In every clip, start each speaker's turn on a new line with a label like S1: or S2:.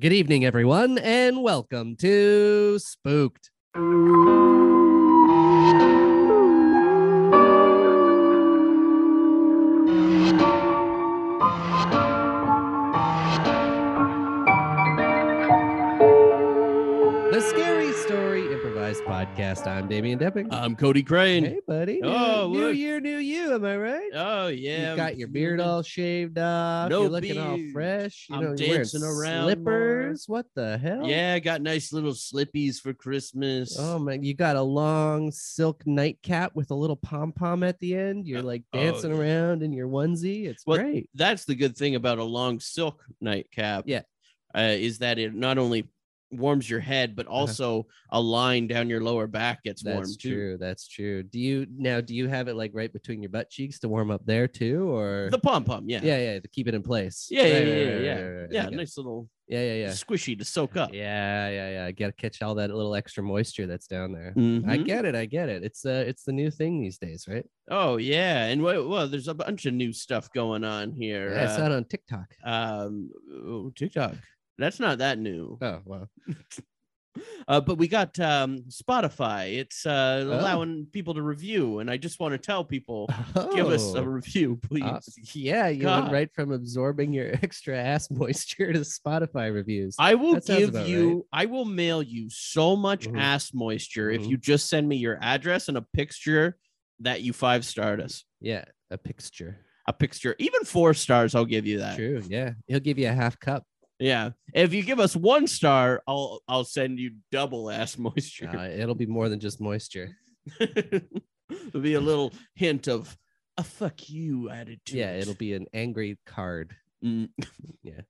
S1: Good evening, everyone, and welcome to Spooked. The Scary Story Improvised Podcast. I'm Damian Depping.
S2: I'm Cody Crane.
S1: hey, buddy. New-
S2: Uh, Oh,
S1: new
S2: look.
S1: year, new you. Am I right?
S2: Oh yeah,
S1: You've
S2: I'm
S1: got your beard
S2: feeling-
S1: all shaved off.
S2: No
S1: you're looking all
S2: beard.
S1: fresh. You
S2: I'm
S1: know, you're wearing
S2: dancing around
S1: slippers. What the hell?
S2: Yeah, I got nice little slippies for Christmas.
S1: Oh man, you got a long silk nightcap with a little pom pom at the end. You're like
S2: oh,
S1: dancing
S2: yeah.
S1: around in your onesie. It's
S2: Well,
S1: great.
S2: That's the good thing about a long silk nightcap.
S1: Yeah.
S2: uh, is that it not only warms your head, but also a line down your lower back gets warm
S1: Uh-huh. That's
S2: too.
S1: true. That's true. Do you now? Do you have it like right between your butt cheeks to warm up there too, or
S2: The pom pom, yeah.
S1: yeah, yeah, to keep it in place?
S2: Yeah, yeah,
S1: Right,
S2: yeah,
S1: right,
S2: yeah,
S1: right, right,
S2: yeah.
S1: right. I
S2: Yeah,
S1: get it.
S2: nice little
S1: yeah, yeah, yeah.
S2: squishy to soak up.
S1: Yeah, yeah, yeah. Got to catch all that little extra moisture that's down there. I
S2: Mhm.
S1: get it. I get it. It's uh, it's the new thing these days, right?
S2: Oh yeah, and well, well, there's a bunch of new stuff going on here.
S1: Yeah, it's
S2: uh,
S1: out on TikTok.
S2: um, oh, TikTok. That's not that new.
S1: Oh wow.
S2: Uh, but we got um, Spotify. It's uh,
S1: Oh.
S2: allowing people to review, and I just want to tell people: give us a
S1: Oh.
S2: review, please.
S1: Uh, yeah, you went
S2: God.
S1: right from absorbing your extra ass moisture to Spotify reviews.
S2: I will
S1: that sounds
S2: give
S1: about
S2: you. I will mail you so much
S1: Mhm.
S2: ass moisture if
S1: Mhm.
S2: you just send me your address and a picture that you five starred us.
S1: yeah, a picture.
S2: A picture, even four stars, I'll give you that.
S1: True. Yeah, he'll give you a half cup.
S2: Yeah, if you give us one star, I'll I'll send you double ass moisture.
S1: Uh, it'll be more than just moisture.
S2: There'll be a little hint of a fuck you attitude.
S1: Yeah, it'll be an angry card.
S2: Mm.
S1: Yeah.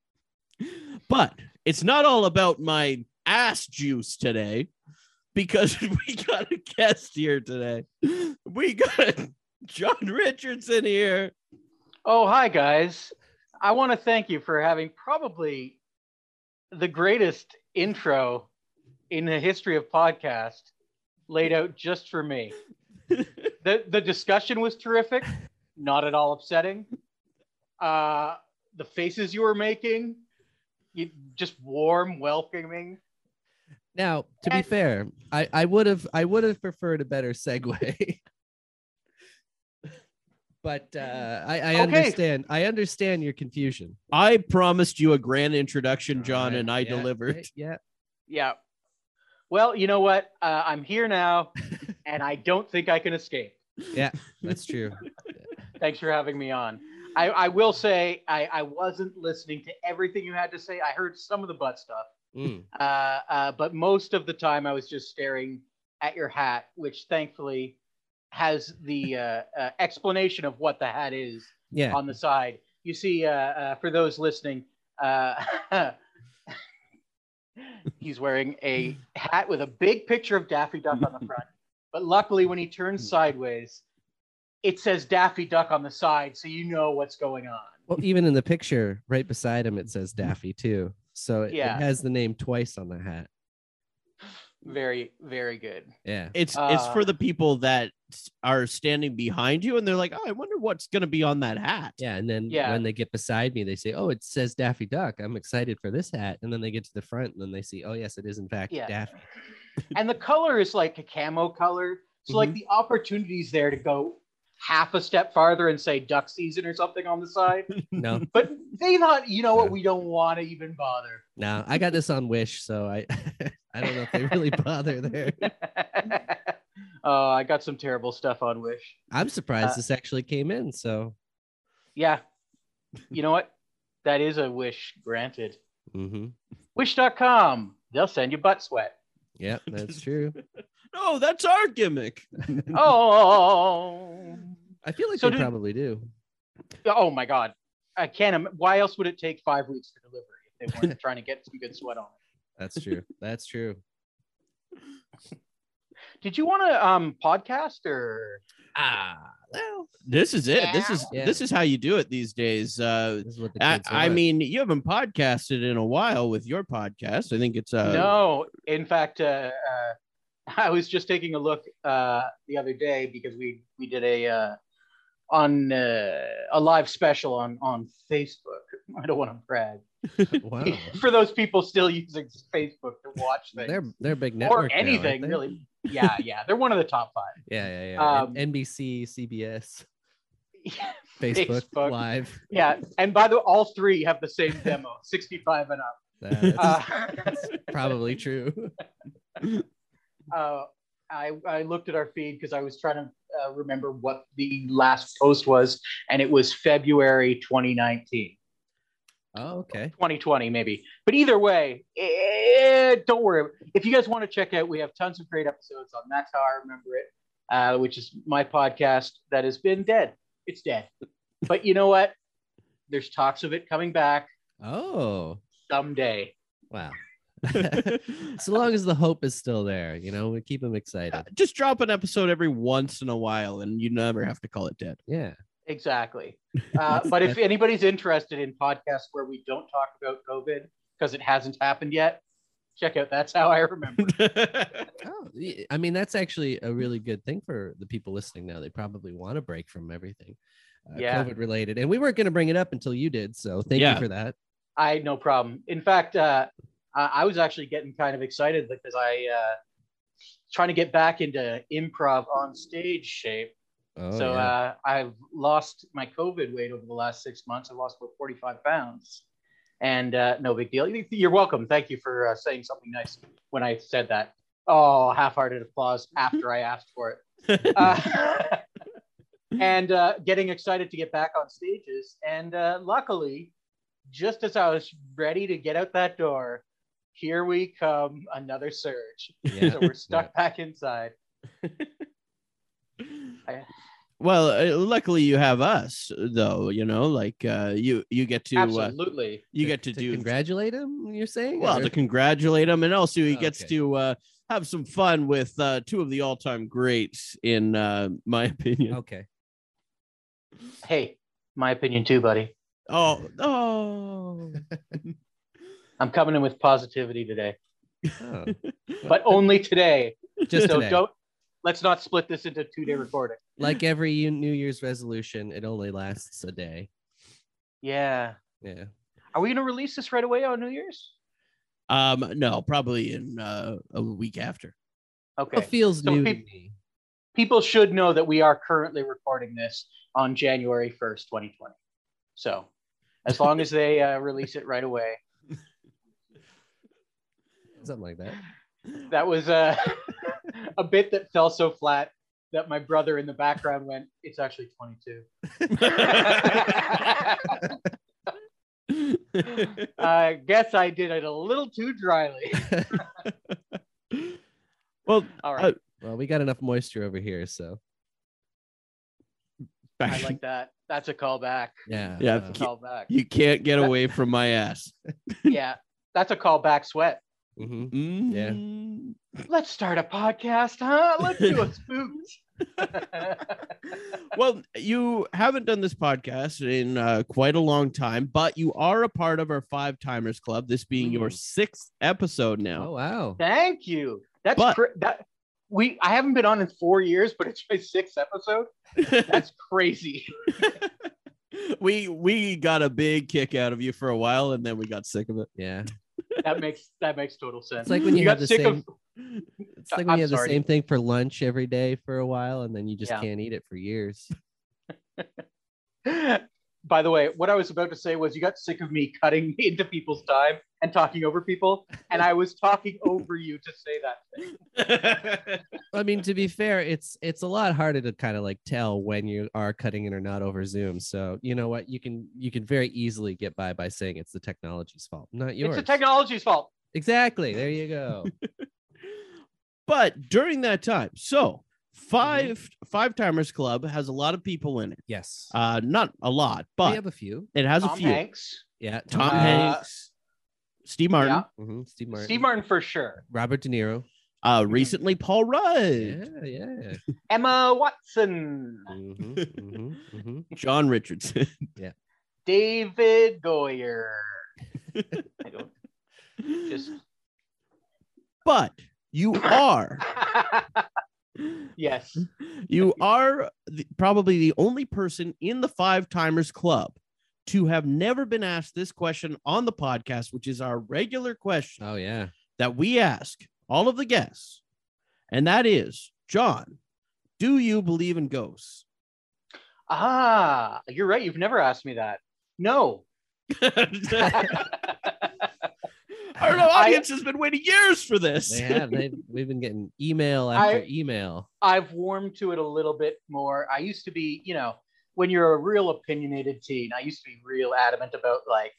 S2: But it's not all about my ass juice today because we got a guest here today. We got John Richardson here.
S3: Oh, hi, guys. I want to thank you for having probably the greatest intro in the history of podcast laid out just for me. the The discussion was terrific, not at all upsetting. Uh, the faces you were making, you, just warm, welcoming.
S1: Now, to be
S3: And-
S1: fair, I I would have I would have preferred a better segue. but uh, I, I
S3: Okay.
S1: understand. I understand your confusion.
S2: I promised you a grand introduction, John,
S1: Alright,
S2: and I
S1: yeah,
S2: delivered.
S1: right, Yeah.
S3: Yeah. Well, you know what? Uh, I'm here now, and I don't think I can escape.
S1: That's true.
S3: Thanks for having me on. I, I will say I, I wasn't listening to everything you had to say. I heard some of the butt stuff,
S1: Mm,
S3: uh, uh, but most of the time I was just staring at your hat, which thankfully has the uh, uh, explanation of what the hat is
S1: yeah.
S3: on the side. You see, uh, uh, for those listening, uh, he's wearing a hat with a big picture of Daffy Duck on the front. But luckily, when he turns sideways, it says Daffy Duck on the side, so you know what's going on.
S1: Well, even in the picture right beside him, it says Daffy too. So it, it
S3: Yeah.
S1: has the name twice on the hat.
S3: Very, very good.
S1: Yeah.
S2: It's it's
S3: Uh,
S2: for the people that are standing behind you and they're like, oh, I wonder what's gonna be on that hat.
S1: Yeah. And then
S3: Yeah.
S1: when they get beside me, they say, Oh, it says Daffy Duck. I'm excited for this hat. And then they get to the front and then they see, Oh, yes, it is in fact
S3: Yeah.
S1: Daffy.
S3: And the color is like a camo color, so like the opportunities there to go half a step farther and say duck season or something on the side.
S1: No,
S3: but they thought, you know what, we don't want to even bother.
S1: no, I got this on Wish, so I I don't know if they really bother there.
S3: uh, I got some terrible stuff on Wish.
S1: I'm surprised
S3: Uh,
S1: this actually came in. So
S3: Yeah. You know what? That is a wish granted.
S1: mm-hmm.
S3: Wish.com. They'll send you butt sweat.
S1: yeah, that's true.
S2: No, that's our gimmick.
S3: Oh.
S1: I feel like
S3: So
S1: they
S3: did-
S1: probably do.
S3: Oh my God. I can't. Im- Why else would it take five weeks for delivery if they weren't trying to get some good sweat on it?
S1: That's true. That's true.
S3: Did you want to um, podcast or?
S1: Ah, well,
S2: This is it. This is
S1: Yeah.
S2: this is how you do it these days. Uh,
S1: this is what the
S2: I,
S1: kids
S2: I
S1: want.
S2: mean, you haven't podcasted in a while with your podcast. I think it's uh,
S3: no. In fact, uh, uh, I was just taking a look uh, the other day because we we did a uh, on uh, a live special on on Facebook. I don't want to brag.
S1: wow,
S3: for those people still using Facebook to watch things
S1: they're they're a big network now,
S3: or
S1: aren't
S3: anything
S1: they?
S3: really. Yeah, yeah, they're one of the top five.
S1: Yeah, yeah, yeah.
S3: Um,
S1: N- NBC, CBS, Facebook,
S3: Facebook.
S1: Live.
S3: yeah, and by the way, all three have the same demo, 65 and up.
S1: That's
S3: Uh,
S1: probably true.
S3: uh, I I looked at our feed because I was trying to uh, remember what the last post was, and it was February 2019,
S1: Oh, okay.
S3: 2020 maybe. But either way, eh, don't worry. If you guys want to check out, we have tons of great episodes on That's How I Remember It. uh, which is my podcast that has been dead. It's dead. But you know what? There's talks of it coming back
S1: Oh,
S3: someday.
S1: wow. so long as the hope is still there, you know, we keep them excited.
S2: just drop an episode every once in a while, and you never have to call it dead.
S1: Yeah.
S3: Exactly. Uh, but if anybody's interested in podcasts where we don't talk about COVID because it hasn't happened yet, check out That's How I Remember. It.
S1: Oh, y- I mean, that's actually a really good thing for the people listening now. They probably want a break from everything uh,
S3: Yeah.
S1: COVID related. And we weren't going to bring it up until you did. So thank
S2: Yeah.
S1: you for that.
S3: I no problem. In fact, uh, I, I was actually getting kind of excited because I uh, trying to get back into improv on stage shape.
S1: Oh,
S3: so
S1: yeah.
S3: uh, I've lost my COVID weight over the last six months. I lost about 45 pounds, and uh, no big deal. You- You're welcome. Thank you for uh, saying something nice when I said that. Oh, half-hearted applause after I asked for it. Uh, and uh, getting excited to get back on stages. And uh, luckily, just as I was ready to get out that door, here we come another surge.
S1: yeah.
S3: So we're stuck back inside.
S2: well, uh, luckily you have us, though. You know, like uh, you you get to uh,
S3: Absolutely.
S2: you
S1: To-
S2: get to,
S1: to
S2: do
S1: congratulate him, you're saying?
S2: well
S1: Or-
S2: to congratulate him, and also he gets
S1: Okay.
S2: to uh, have some fun with uh, two of the all time greats, in uh, my opinion.
S1: okay.
S3: Hey, my opinion too, buddy.
S2: Oh, oh.
S3: I'm coming in with positivity today,
S1: Oh,
S3: but only today. Mm.
S1: just
S3: so
S1: today.
S3: don't let's not split this into two day recording.
S1: like every you- New Year's resolution, it only lasts a day.
S3: Yeah.
S1: Yeah.
S3: Are we gonna release this right away on New Year's?
S2: Um, no, probably in uh, a week after.
S3: Okay.
S1: It feels
S3: So
S1: new
S3: peop-
S1: to me.
S3: People should know that we are currently recording this on January 1st, 2020. So as long as they uh, release it right away.
S1: Something like that.
S3: That was uh, a bit that fell so flat that my brother in the background went, it's actually 22. I guess I did it a little too dryly.
S2: well,
S3: All right.
S1: Well, we got enough moisture over here, so
S3: I
S2: back,
S3: like that. That's a callback.
S1: yeah.
S2: Yeah,
S1: uh,
S3: Callback.
S2: you can't get
S3: That-
S2: away from my ass.
S3: Yeah. That's a callback sweat.
S1: mhm.
S2: Mhm.
S3: Let's start a podcast, huh? Let's do a spook.
S2: well, you haven't done this podcast in uh, quite a long time, but you are a part of our Five Timers Club. This being your
S1: Mm.
S2: sixth episode
S1: Oh
S2: now.
S1: wow.
S3: Thank you. That's
S2: But-
S3: cra- that we I haven't been on in four years, but it's my sixth episode. That's crazy. Oh.
S2: we we got a big kick out of you for a while, and then we got sick of it.
S1: Yeah.
S3: That makes that makes total sense.
S1: It's like when you, have
S3: got
S1: the
S3: sick
S1: same
S3: of
S1: it's like when
S3: I'm
S1: you have
S3: sorry.
S1: the same thing for lunch every day for a while and then you just
S3: Yeah.
S1: can't eat it for years.
S3: By the way, what I was about to say was you got sick of me cutting into people's time and talking over people, and I was talking over you to say that thing.
S1: I mean, to be fair, it's it's a lot harder to kind of like tell when you are cutting in or not over Zoom. So you know what, you can you can very easily get by by saying it's the technology's fault, not yours.
S3: It's the technology's fault.
S1: exactly. There you go.
S2: but during that time, so
S3: Mm-hmm.
S2: 5 five timers club has a lot of people in it.
S1: yes,
S2: Uh, not a lot,
S1: we
S2: but
S1: have a few.
S2: it has a
S3: Tom
S2: few.
S3: Hanks,
S1: Yeah,
S2: Tom
S3: Uh,
S2: Hanks, Steve Martin,
S3: yeah.
S1: Mhm, Steve Martin,
S3: Steve Martin for sure.
S1: Robert De Niro.
S2: uh, recently Paul Rudd,
S1: Yeah, yeah.
S3: Emma Watson,
S1: Mhm, mhm, mhm.
S2: John Richardson.
S3: David Goyer. I don't just
S2: but you are
S3: yes.
S2: you are the, probably the only person in the five timers club to have never been asked this question on the podcast which is our regular question
S1: Oh yeah.
S2: that we ask all of the guests and that is john do you believe in ghosts
S3: Ah, you're right. You've never asked me that. No.
S2: our audience has been waiting years for this
S1: They have. They we've been getting email after
S3: I-
S1: email.
S3: I've warmed to it a little bit more. I used to be, you know, when you're a real opinionated teen, I used to be real adamant about like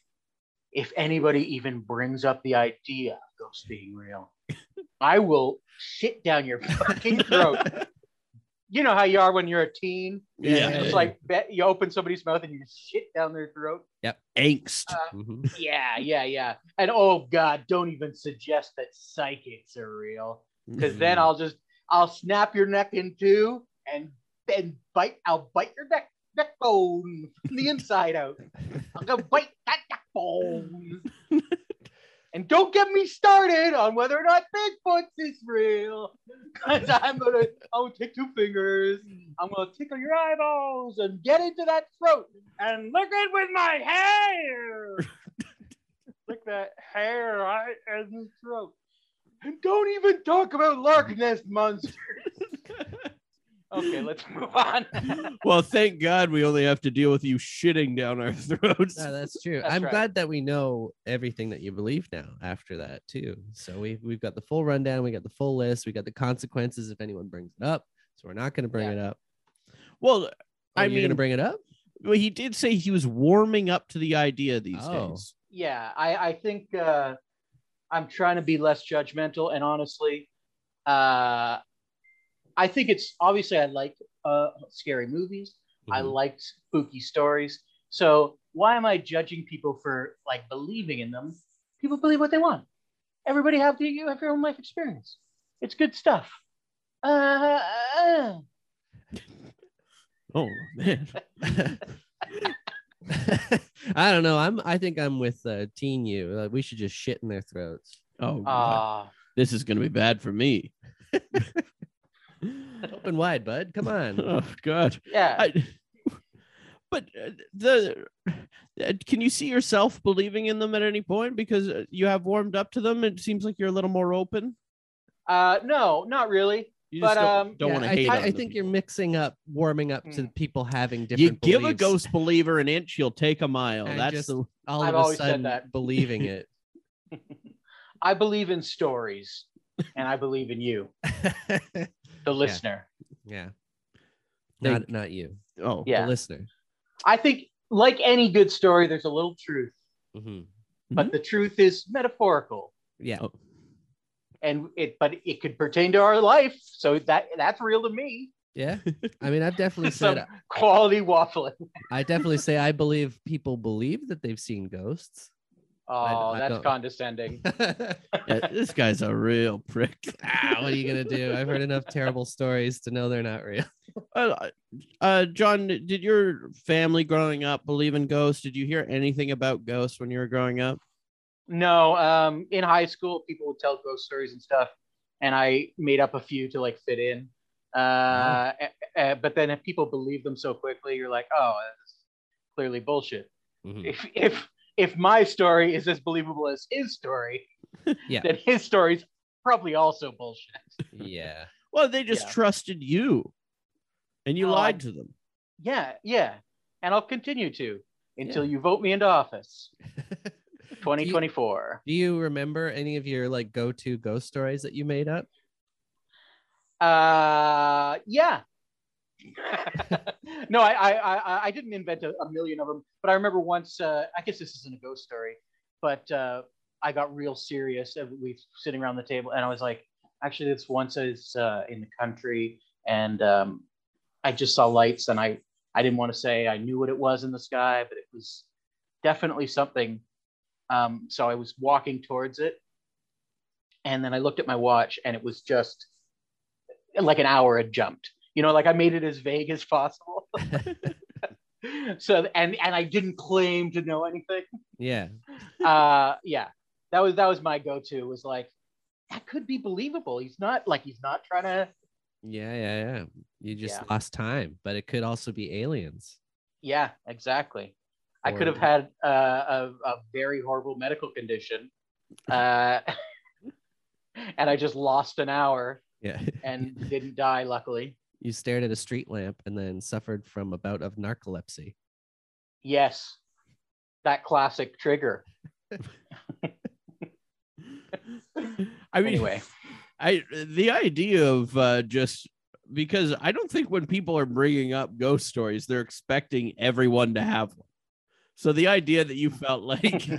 S3: if anybody even brings up the idea of ghosts being real, I will sit down your fucking throat. you know how you are when you're a teen.
S2: Yeah.
S3: It's like bet you open somebody's mouth and you shit down their throat.
S2: angst
S1: Mhm.
S3: Yeah, yeah, yeah. And oh god, don't even suggest that psychics are real
S1: Mm-hmm.
S3: because then I'll just I'll snap your neck in two and then bite. I'll bite your neck neck bone from the inside out. I'm gonna bite that neck bone. and don't get me started on whether or not Bigfoot is real, because I'm gonna I'll take two fingers. I'm gonna tickle your eyeballs and get into that throat and lick it with my hair. lick that hair right in the throat. And don't even talk about Lark Nest monsters.
S1: Uh,
S3: okay, let's move on.
S2: well thank god we only have to deal with you shitting down our throats
S1: No, that's true.
S3: That's
S1: I'm
S3: right.
S1: glad that we know everything that you believe now after that too. So we we've got the full rundown, we got the full list, we got the consequences if anyone brings it up. So we're not going to bring
S3: Yeah.
S1: it up.
S2: well
S1: I
S2: I
S1: you mean, going to
S2: mean-
S1: bring it up.
S2: Well, he did say he was warming up to the idea these
S1: Oh.
S2: days.
S3: yeah, I, I think uh, I'm trying to be less judgmental. And honestly, uh, I think it's obviously I like uh, scary movies. I
S1: Mhm.
S3: like spooky stories. So why am I judging people for like believing in them? People believe what they want. Everybody have the you have your own life experience. It's good stuff. Uh, uh,
S2: Oh man,
S1: I don't know. I'm. I think I'm with uh, Teen You. Like, we should just shit in their throats.
S2: oh,
S3: uh,
S2: God.
S3: uh,
S2: this is gonna be bad for me.
S1: Open wide, bud. Come on.
S2: oh God,
S3: yeah.
S2: I, but uh, the uh, can you see yourself believing in them at any point because uh, you have warmed up to them? It seems like you're a little more open.
S3: Uh, no, not really.
S2: You
S3: But,
S2: just don't,
S3: um,
S2: don't
S1: Yeah,
S2: want to
S1: I,
S2: hate.
S1: I,
S2: on
S1: I
S2: the
S1: think you're
S2: people. Hmm.
S1: mixing up, warming up to
S3: Mm.
S1: people having different.
S2: You give a
S1: beliefs
S2: ghost believer an inch, you'll take a mile.
S1: and
S2: That's
S1: just
S2: the
S1: All
S3: I've
S1: of a
S3: always said
S1: sudden,
S3: that.
S1: believing it.
S3: I believe in stories, and I believe in you, the listener.
S1: yeah.
S2: Thank-
S1: Not not you.
S2: oh
S3: Yeah.
S1: The listener.
S3: I think, like any good story, there's a little truth,
S1: hmm
S3: but the truth is metaphorical.
S1: Yeah.
S2: Oh.
S3: and it but it could pertain to our life so that that's real to me
S1: Yeah. I mean, I've definitely
S3: some
S1: said,
S3: quality waffling
S1: I definitely say I believe people believe that they've seen ghosts.
S3: oh
S1: I
S3: that's
S1: don't-
S3: condescending
S1: Ah,
S2: Yeah, this guy's a real prick.
S1: what are you going to do? I've heard enough terrible stories to know they're not real.
S2: Uh, uh, John, did your family growing up believe in ghosts? Did you hear anything about ghosts when you were growing up?
S3: no um in high school people would tell ghost stories and stuff and i made up a few to like fit in uh, a- a- but then if people believe them so quickly you're like oh that's clearly bullshit if if if my story is as believable as his story
S1: Yeah.
S3: then his story's probably also bullshit
S1: Yeah.
S2: Well, they just
S3: Yeah.
S2: trusted you, and you
S3: No, I-
S2: lied to them.
S3: yeah yeah and I'll continue to until you vote me into office 2024.
S1: Do you remember any of your like go-to ghost stories that you made up?
S3: Uh, yeah. no, I, I I I didn't invent a, a million of them, but I remember once. Uh, I guess this isn't a ghost story, but uh, I got real serious. and We were sitting around the table, and I was like, actually, this once I was uh, in the country, and um, I just saw lights, and I I didn't want to say I knew what it was in the sky, but it was definitely something. Um, so I was walking towards it, and then I looked at my watch, and it was just like an hour had jumped. You know, like I made it as vague as possible. so and and I didn't claim to know anything.
S1: Yeah.
S3: Uh, yeah, that was that was my go-to. Was like that could be believable. He's not like he's not trying to.
S1: Yeah, yeah, yeah. You just
S3: Yeah.
S1: lost time, but it could also be aliens.
S3: Yeah, exactly. I could have
S1: Horrible.
S3: had uh, a, a very horrible medical condition, uh, and I just lost an hour
S1: Yeah.
S3: and didn't die. Luckily,
S1: you stared at a street lamp and then suffered from a bout of narcolepsy.
S3: yes, that classic trigger.
S2: I mean,
S3: Anyway.
S2: I the idea of uh, just because I don't think when people are bringing up ghost stories, they're expecting everyone to have one. So the idea that you felt like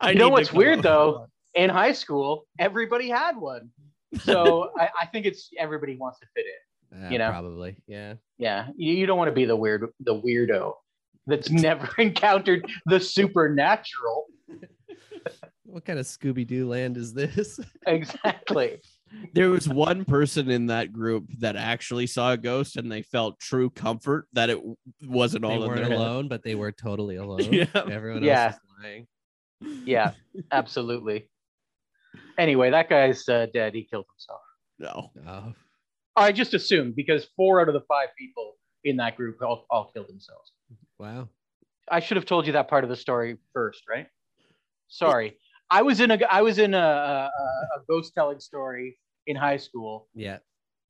S2: I
S3: you know
S2: need to
S3: what's
S2: go-
S3: weird though? In high school, everybody had one. So I, I think it's everybody wants to fit in.
S1: Uh,
S3: You know.
S1: probably. Yeah.
S3: Yeah. You, you don't want to be the weird the weirdo that's never encountered the supernatural.
S1: What kind of Scooby Doo land is this?
S3: Exactly.
S2: There was one person in that group that actually saw a ghost and they felt true comfort that it w- wasn't
S1: they
S2: all in
S1: weren't
S2: their head.
S1: alone, but they were totally alone.
S2: Yeah.
S1: Everyone
S3: Yeah.
S1: else is lying.
S3: Yeah, absolutely. Anyway, that guy's uh, dead. He killed himself.
S2: No.
S1: Oh,
S3: I just assumed because four out of the five people in that group all, all killed themselves.
S1: wow.
S3: I should have told you that part of the story first, right? Sorry, I was in a I was in a, a, a ghost telling story in high school,
S1: Yeah.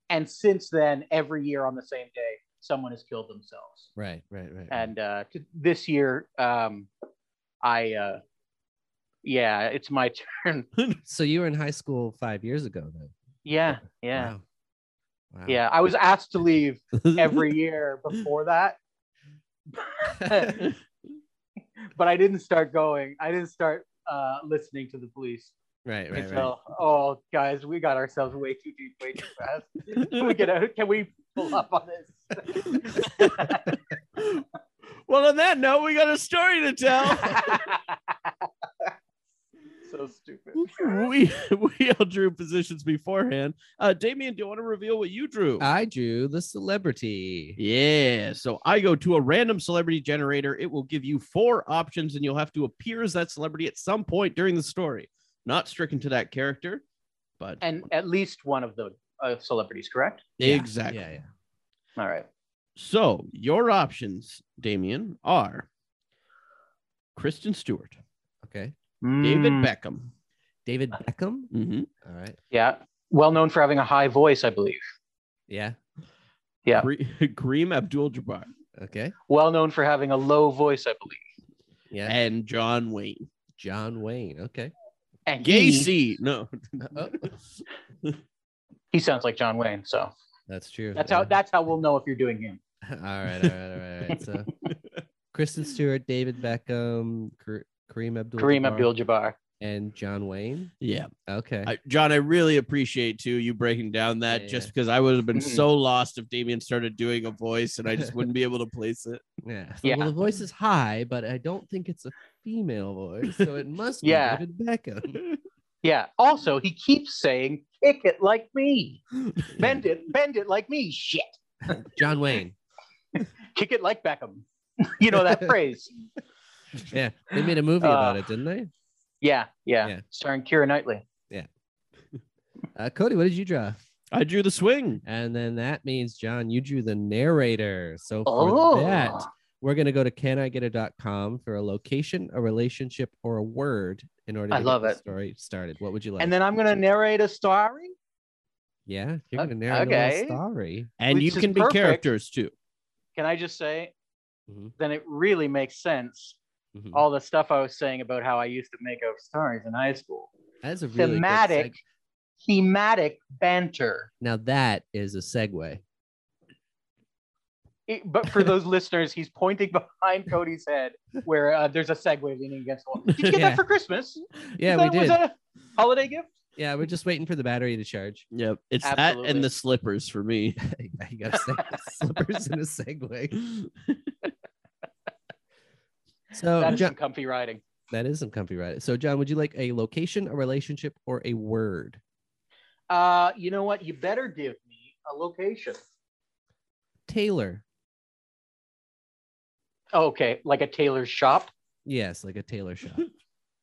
S3: and since then, every year on the same day, someone has killed themselves.
S1: Right. Right. Right. right.
S3: And uh, t- this year, um, I uh, yeah, it's my turn.
S1: so you were in high school five years ago, then.
S3: Yeah, yeah,
S1: Wow. Wow.
S3: yeah. I was asked to leave every year before that, but I didn't start going. I didn't start uh, listening to the police.
S1: Right. Right. Right.
S3: until oh guys we got ourselves way too deep way too fast can we get out can we pull up on this
S2: well, on that note, we got a story to tell.
S3: so stupid
S2: we we all drew positions beforehand. Uh Damien, do you want to reveal what you drew?
S1: I drew the celebrity.
S2: yeah. So I go to a random celebrity generator. It will give you four options, and you'll have to appear as that celebrity at some point during the story. Not stricken to that character, but
S3: and at least one of the uh, celebrities correct
S2: exactly.
S1: Yeah. Yeah.
S3: all right
S2: So your options, Damien, are Kristen Stewart,
S1: Okay.
S2: David
S1: Hmm.
S3: Mm,
S2: Beckham.
S1: David
S3: Uh,
S1: Beckham.
S2: Mhm.
S1: All right.
S3: yeah well known for having a high voice i believe
S1: Yeah.
S3: Yeah.
S2: Kare- Kareem Abdul-Jabbar
S1: Okay.
S3: well known for having a low voice i believe
S1: Yeah.
S2: and John Wayne.
S1: John Wayne. Okay.
S3: and he,
S2: Gacy. No.
S1: Oh,
S3: he sounds like john wayne so
S1: that's true.
S3: that's how
S1: Yeah.
S3: that's how we'll know if you're doing him
S1: all right, all right, all right, all right. So, Kristen Stewart, David Beckham, Kar- Kareem Abdul,
S3: kareem abdul-jabbar
S1: and John Wayne.
S2: Yeah.
S1: Okay,
S2: I, John, I really appreciate too you breaking down that
S1: Yeah, yeah.
S2: just
S1: Hmm.
S2: because I would have been
S3: Mhm.
S2: so lost if Damien started doing a voice and I just wouldn't be able to place it.
S1: yeah. So,
S3: yeah.
S1: Well, the voice is high, but I don't think it's a female voice, so it must be
S3: Yeah.
S1: David Beckham.
S3: yeah also he keeps saying kick it like me bend it bend it like me shit
S1: John Wayne.
S3: kick it like Beckham. you know that phrase.
S1: Yeah, they made a movie about
S3: Uh,
S1: it, didn't they?
S3: Yeah, yeah,
S1: Yeah.
S3: Starring Kira Knightley.
S1: Uh, Cody, what did you draw?
S2: I drew the swing.
S1: And then that means John, you drew the narrator. So for
S3: Oh,
S1: that, we're going to go to caniget.com for a location, a relationship, or a word in order to
S3: I
S1: get
S3: love
S1: the
S3: it.
S1: story started. What would you like?
S3: and then I'm gonna narrate a story.
S1: yeah, you're
S3: Uh,
S1: going to narrate a
S3: okay.
S1: little story.
S2: And
S3: Which
S2: you
S3: is
S2: can be
S3: perfect.
S2: characters too.
S3: Can I just say
S1: Mhm.
S3: then it really makes sense.
S1: Mhm.
S3: All the stuff I was saying about how I used to make up stories in high school.
S1: That's a really good
S3: thematic,
S1: seg-
S3: thematic banter.
S1: now that is a segue.
S3: It- but for those listeners, he's pointing behind Cody's head where uh, there's a Segway leaning against the wall. Did you get
S1: Yeah.
S3: that for Christmas?
S1: Yeah,
S3: Is that-
S1: we
S3: Was
S1: did.
S3: that a holiday gift?
S1: Yeah, we're just waiting for the battery to charge.
S2: Yep. It's that
S3: Absolutely.
S2: and the slippers for me.
S1: you gotta say slippers in a segue. So
S3: that is
S1: John,
S3: some comfy riding.
S1: that is some comfy right. So John, would you like a location, a relationship, or a word?
S3: Uh, you know what? You better give me a location.
S1: Taylor.
S3: Oh, Okay, like a tailor's shop.
S1: Yes, like a tailor shop.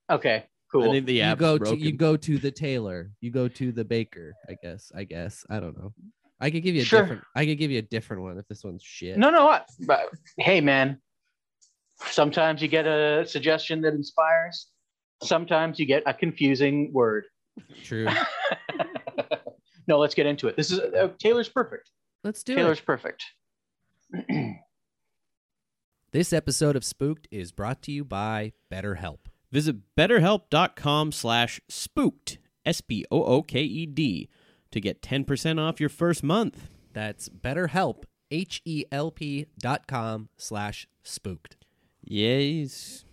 S3: Okay,
S2: I
S3: cool.
S2: think the
S1: you
S2: app
S1: go
S2: broken.
S1: to you go to the tailor. You go to the baker. I guess. I guess. I don't know. I could give you a
S3: Sure.
S1: different. I could give you a different one if this one's shit.
S3: No, no. I, but, hey, man. Sometimes you get a suggestion that inspires. Sometimes you get a confusing word.
S1: True.
S3: No, let's get into it. This is uh, Taylor's perfect.
S1: Let's do it.
S3: Taylor's perfect.
S1: This episode of Spooked is brought to you by BetterHelp.
S2: Visit betterhelp.com slash spooked, S P O O K E D, to get 10% off your first month.
S1: That's BetterHelp, H E L P dot com slash spooked.
S2: Yes.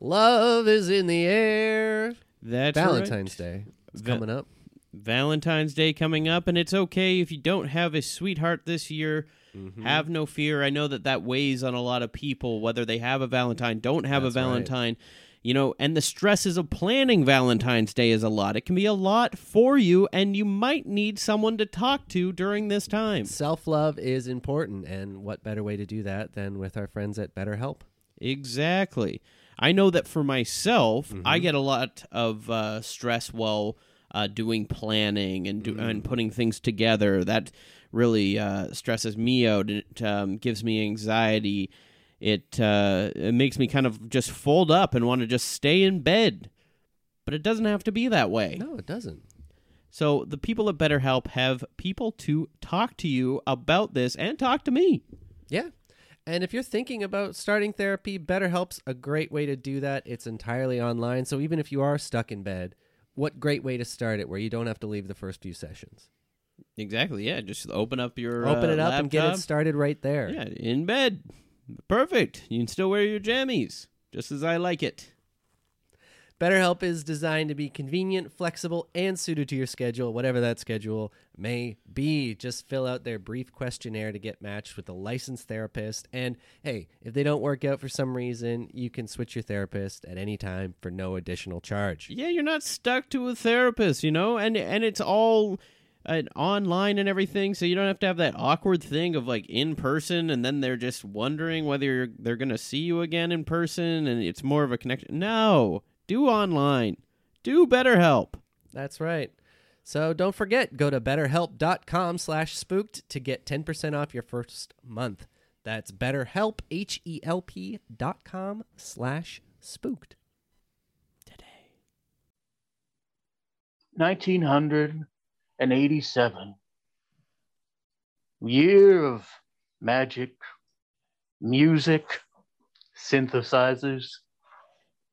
S1: Love is in the air.
S2: That's
S1: Valentine's Day is
S2: Va-
S1: coming up.
S2: Valentine's Day coming up, and it's okay if you don't have a sweetheart this year.
S1: Mm-hmm.
S2: Have no fear. I know that that weighs on a lot of people, whether they have a Valentine, don't have
S1: That's
S2: a
S1: right.
S2: Valentine, you know, and the stresses of planning Valentine's Day is a lot. It can be a lot for you, and you might need someone to talk to during this time.
S1: Self love is important, and what better way to do that than with our friends at BetterHelp?
S2: Exactly. I know that for myself, I get a lot of uh, stress while uh, doing planning and do- and putting things together. That really uh, stresses me out. and It um, gives me anxiety. It uh, it makes me kind of just fold up and want to just stay in bed. But it doesn't have to be that way.
S1: No, it doesn't.
S2: So the people at BetterHelp have people to talk to you about this and talk to me.
S1: Yeah. And if you're thinking about starting therapy, BetterHelp's a great way to do that. It's entirely online. So even if you are stuck in bed, what great way to start it where you don't have to leave the first few sessions?
S2: Exactly. Yeah. Just open up your
S1: Open
S2: uh,
S1: it up and get it
S2: laptop.
S1: started right there.
S2: Yeah, in bed. Perfect. You can still wear your jammies, just as I like it.
S1: BetterHelp is designed to be convenient, flexible, and suited to your schedule, whatever that schedule may be. Just fill out their brief questionnaire to get matched with a licensed therapist. And hey, if they don't work out for some reason, you can switch your therapist at any time for no additional charge.
S2: Yeah, you're not stuck to a therapist, you know, and and it's all uh, online and everything, so you don't have to have that awkward thing of like in person, and then they're just wondering whether you're, they're gonna see you again in person, and it's more of a connection. No, do online, do BetterHelp.
S1: That's right. So don't forget, go to betterhelp.com slash spooked to get 10% off your first month. That's betterhelp, H-E-L-P dot com slash spooked.
S3: 1987. Year of magic, music, synthesizers,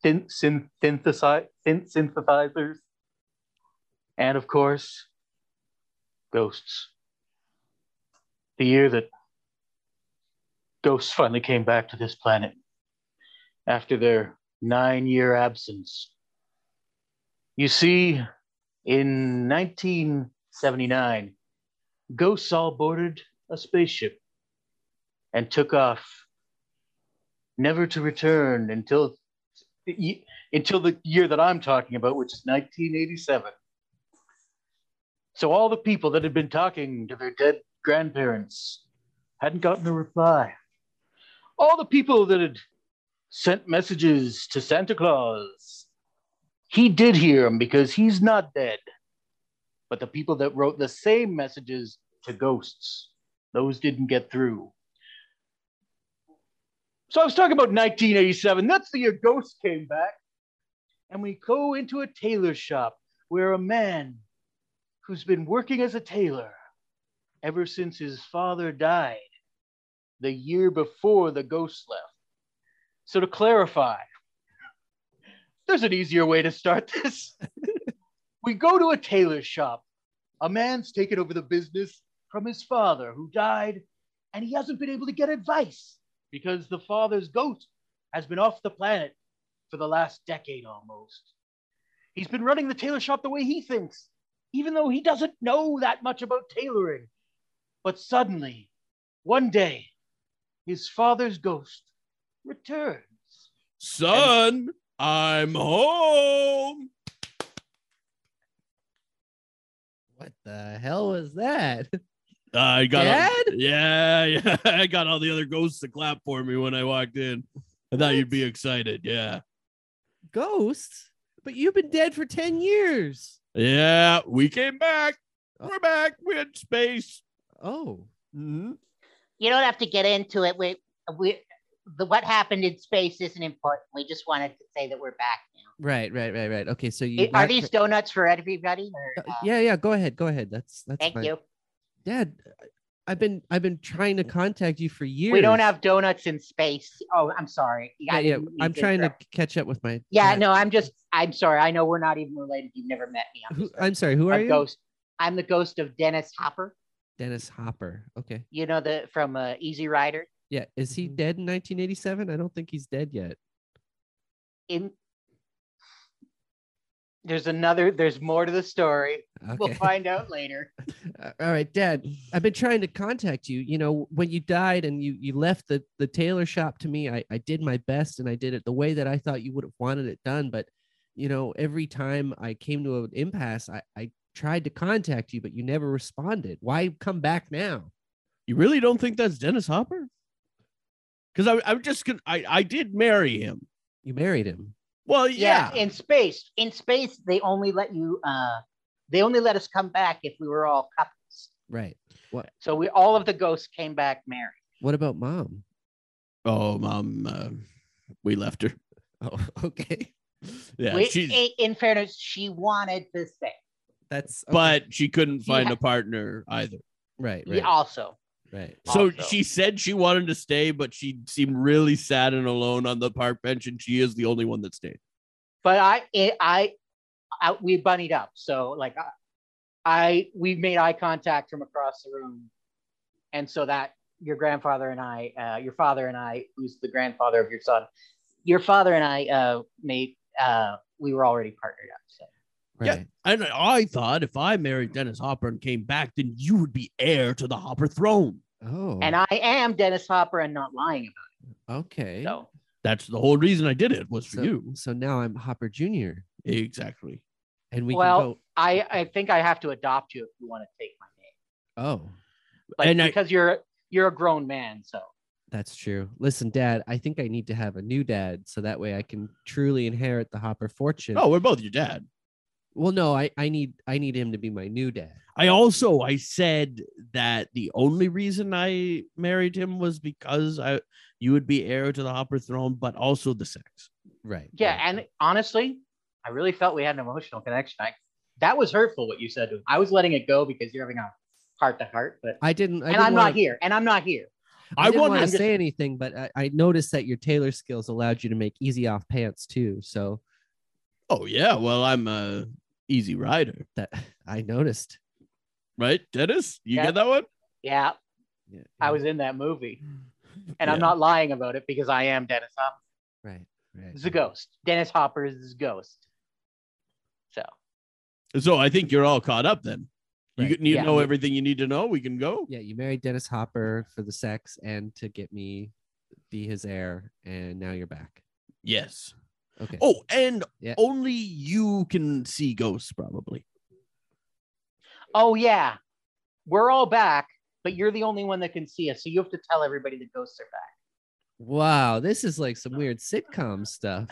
S3: thin, syn, synthesi- thin, synthesizers, and of course, ghosts. The year that ghosts finally came back to this planet after their nine year absence. You see, in 1979, ghosts all boarded a spaceship and took off, never to return until until the year that I'm talking about, which is 1987. So all the people that had been talking to their dead grandparents hadn't gotten a reply. All the people that had sent messages to Santa Claus he did hear him because he's not dead. But the people that wrote the same messages to ghosts, those didn't get through. So I was talking about 1987. That's the year ghosts came back. And we go into a tailor shop where a man who's been working as a tailor ever since his father died the year before the ghost left. So to clarify, there's an easier way to start this. we go to a tailor shop. A man's taken over the business from his father who died, and he hasn't been able to get advice because the father's goat has been off the planet for the last decade almost. He's been running the tailor shop the way he thinks, even though he doesn't know that much about tailoring. But suddenly, one day, his father's ghost returns.
S4: Son, I'm home.
S1: What the hell was that?
S4: I got all-
S1: Dad?
S4: yeah, yeah. I got all the other ghosts to clap for me when I walked in. I thought you'd be excited. Yeah.
S1: Ghosts? But you've been dead for 10 years.
S4: Yeah. We came back. We're back. We're in space.
S1: Oh.
S5: You don't have to get into it. We we the what happened in space isn't important. We just wanted to say that we're back now.
S1: Right, right, right, right. Okay, so you
S5: Eh, Are
S1: got-
S5: these donuts for everybody? Or,
S1: Uh,
S5: uh,
S1: Yeah, yeah, go ahead. Go ahead. That's that's
S5: thank
S1: fine.
S5: you.
S1: Dad, I've been I've been trying to contact you for years.
S5: We don't have donuts in space. Oh, I'm sorry.
S1: yeah,
S5: I
S1: yeah,
S5: didn't mean
S1: I'm trying to
S5: interrupt.
S1: catch up with my
S5: Yeah,
S1: dad.
S5: no, I'm just. I'm sorry. I know we're not even related. You've never met me. I'm,
S1: Who,
S5: just a-
S1: I'm sorry, who are
S5: a
S1: you?
S5: ghost. I'm the ghost of Dennis Hopper.
S1: Dennis Hopper. Okay.
S5: You know the from uh, Easy Rider.
S1: Yeah, is he
S5: Mm-hmm.
S1: dead in 1987? I don't think he's dead yet.
S5: In
S3: There's another, there's more to the story.
S1: Okay.
S5: we'll find out later.
S1: Uh, All right, Dad. I've been trying to contact you. You know, when you died and you you left the the tailor shop to me, I I did my best and I did it the way that I thought you would have wanted it done. But you know, every time I came to an impasse, I I tried to contact you, but you never responded. Why come back now?
S4: You really don't think that's Dennis Hopper? Because I, I'm just gonna. I, I did marry him.
S1: You married him.
S4: Well,
S5: Yeah.
S4: yeah.
S5: in space. In space, they only let you. Uh, they only let us come back if we were all couples.
S1: Right. What
S5: So we all of the ghosts came back married.
S1: what about mom?
S4: Oh, mom. Uh, we left her.
S1: Oh, okay.
S4: Yeah.
S5: Wait, eh,
S4: she's,
S5: i- in fairness, she wanted to stay.
S1: That's okay.
S4: but she couldn't find
S5: Yeah.
S4: a partner either.
S1: right,
S5: Ye-
S1: right,
S5: Also,
S1: right.
S4: So
S5: Also.
S4: she said she wanted to stay, but she seemed really sad and alone on the park bench, and she is the only one that stayed.
S5: but I, I, I, I we bunnied up. So like, I, I, we made eye contact from across the room, and so that your grandfather and I, uh, your father and I, who's the grandfather of your son, your father and I uh, made, uh, we were already partnered up. So
S4: Yeah.
S1: Right.
S4: And I thought if I married Dennis Hopper and came back, then you would be heir to the Hopper throne.
S1: Oh.
S5: and I am Dennis Hopper and not lying about
S1: okay.
S5: it. So
S4: That's the whole reason I did it was for
S1: So,
S4: you.
S1: so now I'm Hopper Jr.
S4: Exactly.
S1: and we
S5: Well,
S1: can go.
S5: I, I think I have to adopt you if you want to take my name,
S1: Oh.
S5: but
S4: And I-
S5: because you're you're a grown man, so.
S1: That's true. Listen, Dad, I think I need to have a new dad so that way I can truly inherit the Hopper fortune.
S4: Oh, we're both your dad.
S1: well, no, I, I need I need him to be my new dad.
S4: I also I said that the only reason I married him was because I you would be heir to the Hopper throne, but also the sex.
S1: Right.
S5: Yeah,
S1: right.
S5: and honestly, I really felt we had an emotional connection. I, that was hurtful what you said to him. I was letting it go because you're having a heart to heart, but
S1: I didn't. I
S5: and
S1: didn't
S5: I'm
S1: wanna,
S5: not here. And I'm not here.
S1: I,
S4: I
S1: didn't want
S4: wonder
S1: to
S5: I'm just-
S1: say anything, but I, I noticed that your tailor skills allowed you to make easy off pants too. So
S4: Oh yeah, well I'm a easy rider,
S1: that I noticed.
S4: right? Dennis, you
S5: Yeah.
S4: get that one?
S5: Yeah,
S1: Yeah,
S5: I
S1: yeah,
S5: was in that movie, and
S4: Yeah.
S5: I'm not lying about it because I am Dennis Hopper.
S1: right. Right.
S5: This is a ghost. Dennis Hopper is this ghost. So
S4: So I think you're all caught up then. You,
S1: Right.
S4: you
S5: Yeah.
S4: know everything you need to know. We can go.
S1: Yeah, you married Dennis Hopper for the sex and to get me be his heir, and now you're back.
S4: Yes.
S1: Okay.
S4: Oh, and
S1: Yeah.
S4: only you can see ghosts, probably.
S5: oh yeah. We're all back, but you're the only one that can see us. So you have to tell everybody the ghosts are back.
S1: Wow, this is like some weird sitcom stuff.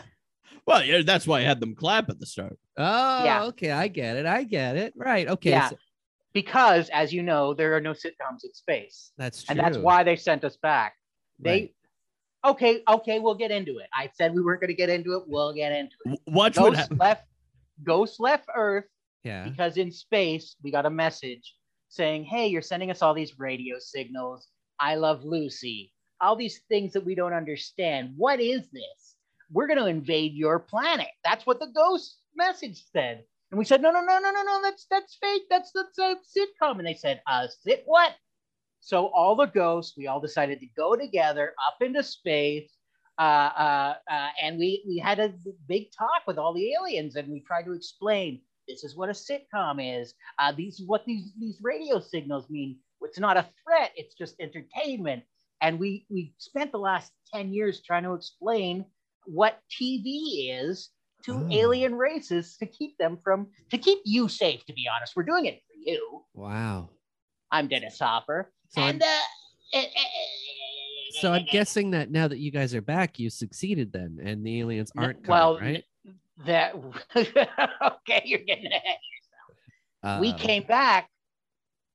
S4: Well, yeah, that's why I had them clap at the start.
S1: Oh, okay. I get it. I get it. Right. Okay.
S5: Yeah.
S1: so-
S5: Because as you know, there are no sitcoms in space.
S1: that's true.
S5: and that's why they sent us back. They
S1: Right.
S5: okay, okay, we'll get into it. I said we weren't going to get into it. We'll get into it.
S4: W- Watch what
S5: Ghost
S4: happens.
S5: left. Ghost left Earth
S1: Yeah.
S5: because in space we got a message saying, "Hey, you're sending us all these radio signals. I love Lucy.
S3: all these things that we don't understand. What is this? We're going to invade your planet. That's what the ghost message said. And we said, no, no, no, no, no, no. That's that's fake. That's that's a sitcom. And they said, uh, sit what? So all the ghosts, we all decided to go together up into space. Uh, uh, uh, and we, we had a big talk with all the aliens and we tried to explain this is what a sitcom is. Uh, these what these these radio signals mean. It's not a threat. It's just entertainment. And we we spent the last ten years trying to explain what TV is to
S1: Oh.
S3: alien races to keep them from to keep you safe. To be honest, we're doing it for you.
S1: Wow.
S3: I'm Dennis Hopper,
S1: So I'm,
S3: and uh, eh, eh, eh,
S1: so I'm guessing that now that you guys are back, you succeeded then, and the aliens
S3: No,
S1: aren't coming,
S3: well,
S1: right?
S3: that okay. You're getting ahead. we
S1: Uh,
S3: came back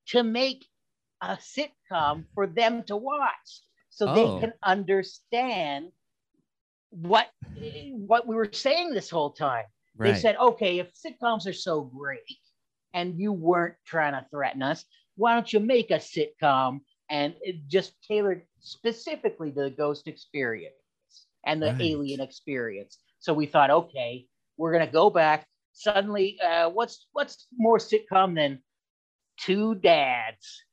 S3: to make a sitcom for them to watch so
S1: Oh.
S3: they can understand what what we were saying this whole time
S1: Right.
S3: they said okay if sitcoms are so great and you weren't trying to threaten us why don't you make a sitcom and it just tailored specifically to the ghost experience and the
S1: Right.
S3: alien experience so we thought okay we're gonna go back suddenly uh, what's what's more sitcom than two dads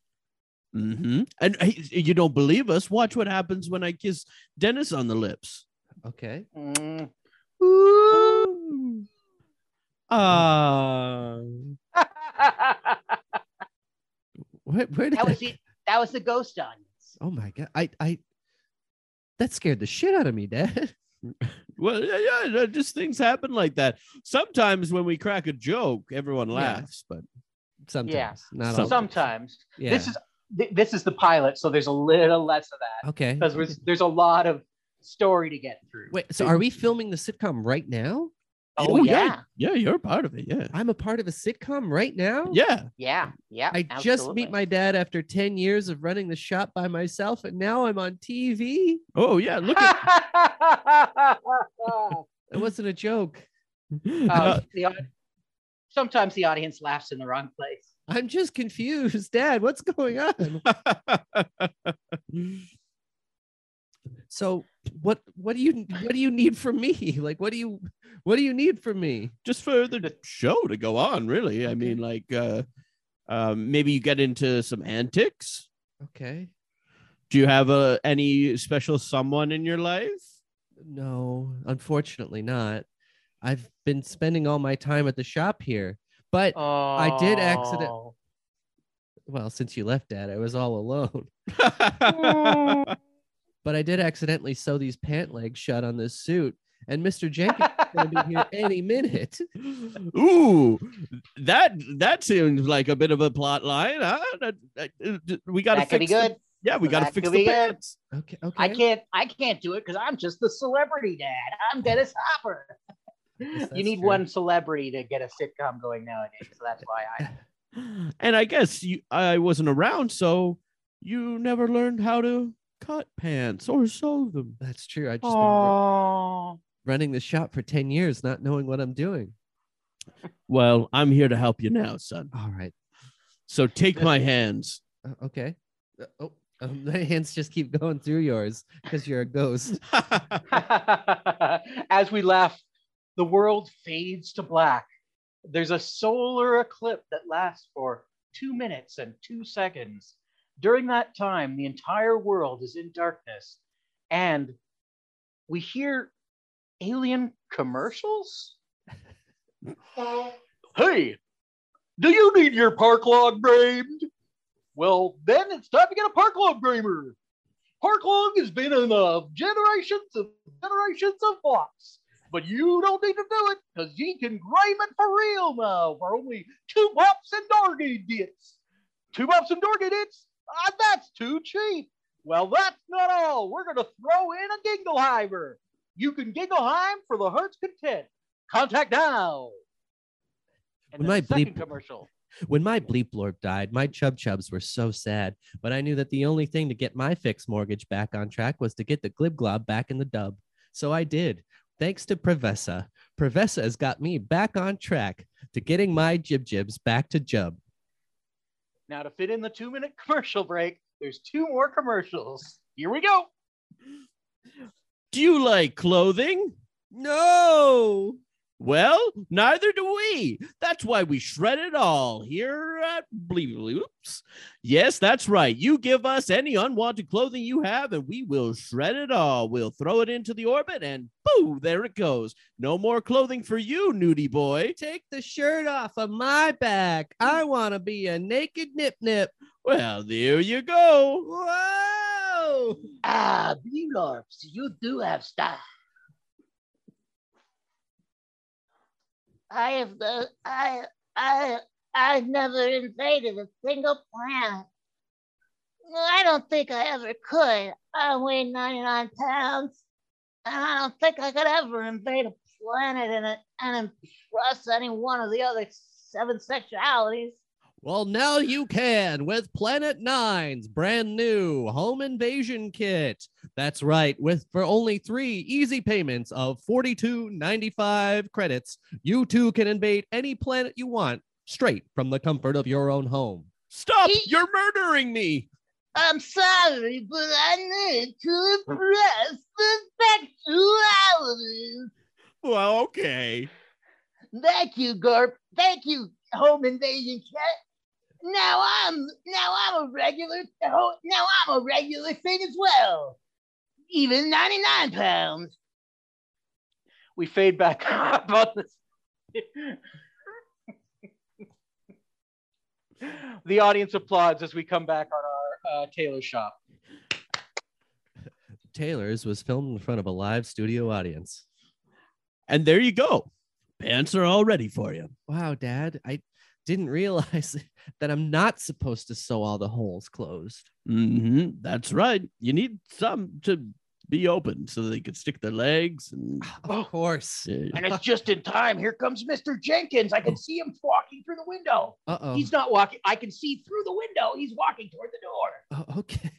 S2: Mm-hmm. And uh, you don't believe us? Watch what happens when I kiss Dennis on the lips.
S1: okay.
S3: Mm.
S2: Ooh. Ah.
S3: that
S1: Where, where did that,
S3: was e-, it that was the ghost audience
S1: Oh my god. I I that scared the shit out of me, Dad.
S2: well, yeah, yeah, no, just things happen like that. Sometimes when we crack a joke, everyone
S1: Yeah.
S2: laughs, but
S1: Sometimes. Not
S2: Some-
S1: all.
S3: sometimes
S1: yeah.
S3: this is th- this is the pilot so there's a little less of that
S1: okay.
S3: because there's, there's a lot of story to get through
S1: Wait, so are we filming the sitcom right now?
S3: oh yeah
S2: yeah, you're part of it. Yeah.
S1: I'm a part of a sitcom right now?
S2: Yeah.
S3: yeah yeah
S1: I just meet my dad after 10 years of running the shop by myself and now I'm on TV.
S2: Oh, yeah. Look at
S1: It wasn't a joke.
S2: Uh,
S3: um, Uh, the, au- sometimes the audience laughs in the wrong place
S1: I'm just confused, Dad. What's going on? So what what do you what do you need from me? Like what do you what do you need from me?
S2: just for the show to go on, really. I
S4: Mm-hmm.
S2: mean, like, uh, um, maybe you get into some antics.
S1: Okay.
S2: Do you have a, any special someone in your life?
S1: No, unfortunately not. I've been spending all my time at the shop here. But
S3: oh
S1: did accident- well, since you left dad, I was all alone. But I did accidentally sew these pant legs shut on this suit and Mr. Jenkins is going to be here any minute.
S2: Ooh, that that seems like a bit of a plot line. Huh? That- that- uh, we got to
S3: that
S2: fix
S3: could be
S2: the-
S3: good
S2: yeah, we got to
S3: That
S2: fix
S3: could
S2: the
S3: be good.
S2: pants.
S1: Okay, okay.
S3: i can't i can't do it because i'm just the celebrity dad i'm dennis hopper
S1: Yes,
S3: you
S1: that's
S3: need
S1: true.
S3: one celebrity to get a sitcom going nowadays so that's why i
S2: And I guess you, I wasn't around, so you never learned how to cut pants or sew them.
S1: That's true. I just been wor-
S3: oh
S1: running the shop for 10 years not knowing what I'm doing.
S2: Well, I'm here to help you now, son.
S1: All right.
S2: So take my hands.
S1: Uh, okay. Uh, oh, um, my hands just keep going through yours because you're a ghost.
S3: As we laugh, the world fades to black. There's a solar eclipse that lasts for two minutes and two seconds. During that time, the entire world is in darkness, and we hear alien commercials. hey, do you need your park log bramed? Well, then it's time to get a park log bramer. Park Long has been in uh, generations of generations of fox. But you don't need to do it because you can grime it for real now for only two bucks and dorgy dits. Two bucks and dorgy dits? Ah, that's too cheap. Well, that's not all. We're going to throw in a Gingelheimer. You can Gingelheim for the heart's content. Contact now. And
S1: We
S3: then
S1: might
S3: the second
S1: bleep-
S3: commercial.
S1: When my bleep lord died, my chub chubs were so sad, but I knew that the only thing to get my fixed mortgage back on track was to get the glib glob back in the dub. So I did. Thanks to Prevessa. Prevessa has got me back on track to getting my jib jibs back to jub.
S3: Now, to fit in the two minute commercial break, there's two more commercials. Here we go.
S2: Do you like clothing? No. Well, neither do we. That's why we shred it all here at Bleep Loops. Yes, that's right. You give us any unwanted clothing you have, and we will shred it all. We'll throw it into the orbit, and boo, there it goes. No more clothing for you, nudie boy.
S1: Take the shirt off of my back. I want to be a naked nip nip.
S2: Well, there you go.
S1: Whoa!
S6: Ah, Blue Lorps, you do have style.
S5: I have no, I, I, I never invaded a single planet. No, I don't think I ever could. I weigh 99 pounds, and I don't think I could ever invade a planet and, and impress any one of the other seven sexualities.
S1: Well, now you can with Planet Nine's brand new home invasion kit. That's right, with for only three easy payments of 42.95 credits, you too can invade any planet you want straight from the comfort of your own home.
S2: Stop!
S5: He-
S2: You're murdering me.
S5: I'm sorry, but I need to impress the sexualities.
S2: Well, okay.
S5: Thank you, Garp. Thank you, home invasion cat. Now I'm now I'm a regular oh, now I'm a regular thing as well. Even 99 pounds.
S3: We fade back about this. the audience applauds as we come back on our uh, tailor shop.
S1: Taylor's was filmed in front of a live studio audience.
S2: And there you go. Pants are all ready for you.
S1: Wow, Dad, I didn't realize that I'm not supposed to sew all the holes closed.
S2: hmm That's right. You need some to be open so they could stick their legs. And
S1: Of course.
S2: Yeah.
S3: And it's just in time. Here comes Mr. Jenkins. I can see him walking through the window.
S1: Uh oh.
S3: He's not walking. I can see through the window. He's walking toward the door.
S1: Oh, okay.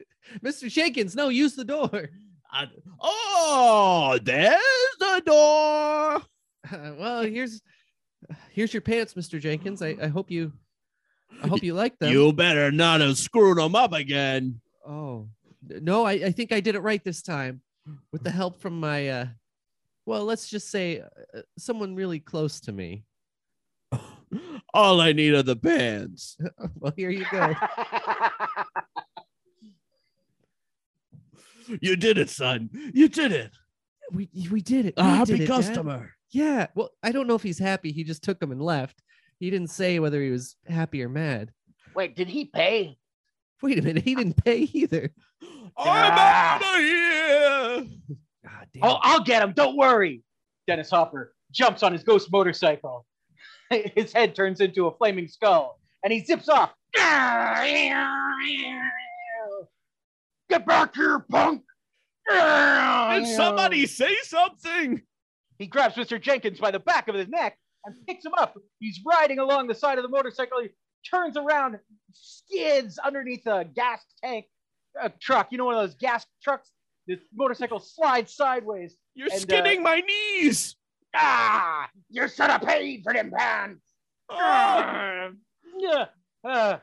S1: Mr. Jenkins, no, use the door.
S2: I- oh, there's the door.
S1: Uh, well, here's here's your pants, Mr. Jenkins. I, I hope you I hope you like them.
S2: You better not have screwed them up again.
S1: Oh no, I, I think I did it right this time, with the help from my uh, well, let's just say uh, someone really close to me.
S2: All I need are the pants.
S1: Well, here you go.
S2: You did it, son. You did it.
S1: we we did it.
S2: A
S1: We did
S2: happy
S1: it, Dad.
S2: customer.
S1: Yeah. Well, I don't know if he's happy. He just took them and left. He didn't say whether he was happy or mad.
S5: Wait, did he pay?
S1: Wait a minute, he didn't pay either.
S2: I'm
S3: Ah.
S2: out of here.
S1: God damn.
S3: oh, I'll get him. Don't worry. Dennis Hopper jumps on his ghost motorcycle. His head turns into a flaming skull and he zips off. Get back here, punk.
S2: Did
S3: uh,
S2: somebody say something?
S3: He grabs Mr. Jenkins by the back of his neck and picks him up. He's riding along the side of the motorcycle. He turns around, skids underneath a gas tank a truck. You know, one of those gas trucks? The motorcycle slides sideways.
S2: You're
S3: And, uh,
S2: skinning my knees.
S5: Ah, you should have paid for them pants.
S2: Ah.
S3: Yeah. Uh,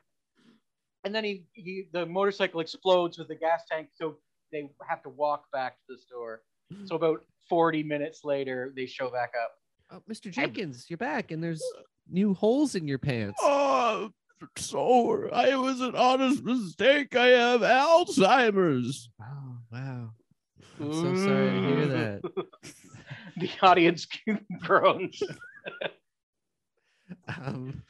S3: and then he, he the motorcycle explodes with the gas tank, so they have to walk back to the store. So about 40 minutes later, they show back up.
S1: Uh, Mr. Jenkins, you're back, and there's new holes in your pants.
S2: Oh, so I it was an honest mistake. I have Alzheimer's.
S1: Oh, wow. I'm so sorry to hear that.
S3: The audience groans.
S1: Um,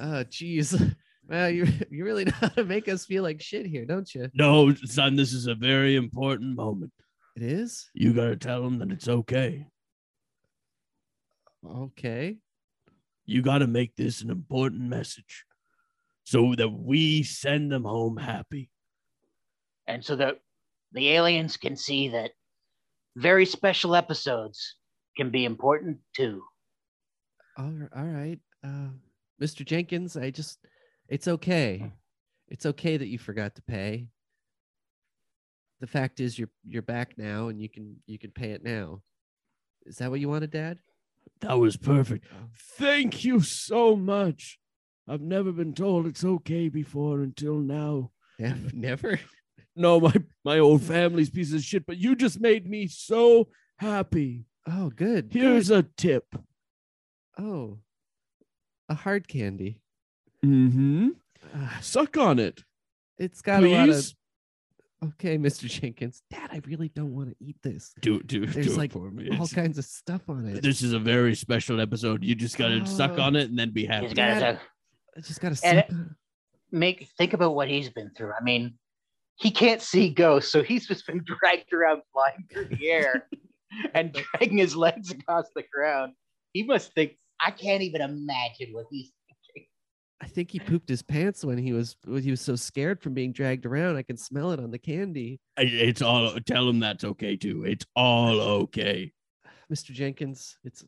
S1: oh, geez. Well, you you really know how to make us feel like shit here, don't you?
S2: No, son, this is a very important moment.
S1: It is
S2: You gotta tell him that it's okay.
S1: okay.
S2: You gotta make this an important message so that we send them home happy.
S6: And so that the aliens can see that very special episodes can be important too.
S1: All r- all right, uh, Mr. Jenkins. I just, it's okay. It's okay that you forgot to pay. The fact is, you're you're back now, and you can you can pay it now. Is that what you wanted, Dad?
S2: That was perfect. Thank you so much. I've never been told it's okay before until now.
S1: Yeah, never.
S4: no, my my old family's pieces of shit, but you just made me so happy.
S1: Oh, good.
S4: Here's a tip.
S1: oh, a hard candy.
S4: Mm-hmm.
S1: Ah,
S4: Suck on it,
S1: it's got a lot
S4: please.
S1: of. Okay, Mr. Jenkins. Dad, I really don't want to eat this.
S4: Do do
S1: There's
S4: do it
S1: like
S4: for me.
S1: All
S4: It's-
S1: kinds of stuff on it.
S4: This is a very special episode. You just gotta suck
S1: Oh.
S4: on it and then be
S3: He's
S4: happy.
S3: got
S1: Yeah.
S3: to
S1: I just gotta
S3: And
S1: sip.
S3: make think about what he's been through. I mean, he can't see ghosts, so he's just been dragged around flying through the air and dragging his legs across the ground. He must think, I can't even imagine what he's
S1: I think he pooped his pants when he was when he was so scared from being dragged around. I can smell it on the candy.
S4: I- It's all. Tell him that's okay too. It's all okay.
S1: Mr. Jenkins, it's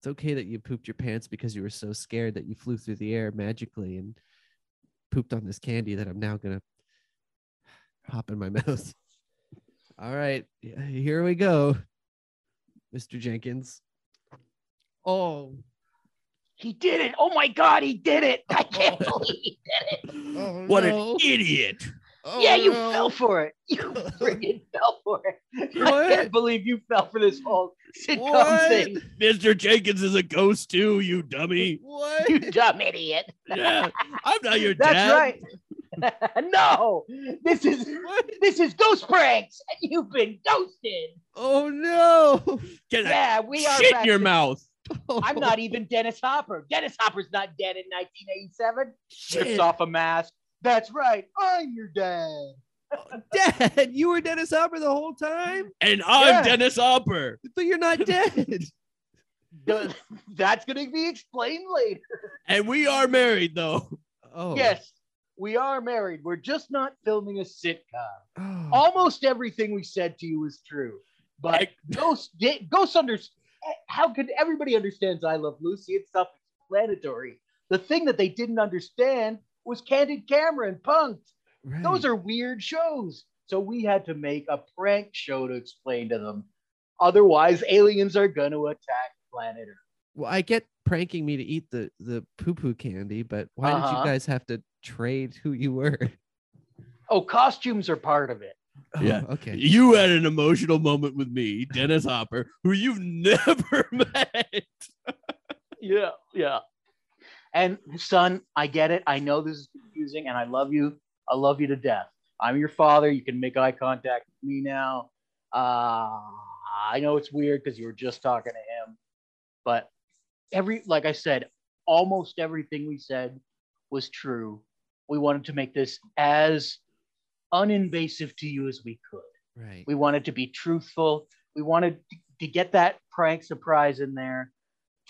S1: it's okay that you pooped your pants because you were so scared that you flew through the air magically and pooped on this candy that I'm now gonna pop in my mouth. All right, yeah, here we go, Mr. Jenkins. Oh,
S3: he did it. Oh my god, he did it. I can't believe he did it.
S1: Oh,
S4: what
S1: no.
S4: an idiot!
S3: yeah, you
S1: oh, no.
S3: fell for it. You freaking fell for it. I
S1: What?
S3: can't believe you fell for this whole sitcom
S1: What?
S3: thing.
S4: Mr. Jenkins is a ghost too. You dummy.
S1: What?
S3: You dumb idiot.
S4: Yeah, I'm not your
S3: That's
S4: dad.
S3: right. no, this is
S1: What?
S3: this is ghost pranks, and you've been ghosted.
S1: Oh no!
S4: Get that
S3: Yeah, we are.
S4: shit
S3: back
S4: in your
S3: to-
S4: mouth.
S3: I'm not even Dennis Hopper. Dennis Hopper's not dead in 1987. Rips
S1: Shit.
S3: off a mask. That's right. I'm your dad.
S1: Dad, you were Dennis Hopper the whole time,
S4: And I'm
S3: Yeah.
S4: Dennis Hopper.
S1: but you're not dead.
S3: Th- That's going to be explained later.
S4: And we are married though.
S1: Oh
S3: Yes, we are married. We're just not filming a sitcom.
S1: Oh.
S3: Almost everything we said to you is true, but
S4: Like-
S3: ghosts di- ghosts under how could everybody understands I Love Lucy? It's self-explanatory. The thing that they didn't understand was Candid Camera and Punked.
S1: Right.
S3: Those are weird shows. So we had to make a prank show to explain to them. Otherwise, aliens are going to attack planet Earth.
S1: well, I get pranking me to eat the the poo poo candy, but why did you
S3: Uh-huh.
S1: guys have to trade who you were?
S3: Oh, costumes are part of it.
S1: Oh,
S4: Yeah.
S1: okay.
S4: You had an emotional moment with me, Dennis Hopper, who you've never met.
S3: Yeah, yeah. And son, I get it. I know this is confusing, and I love you. I love you to death. I'm your father. You can make eye contact with me now. Uh, I know it's weird because you were just talking to him, but every, like I said, almost everything we said was true. We wanted to make this as uninvasive to you as we could.
S1: Right.
S3: We wanted to be truthful. We wanted to get that prank surprise in there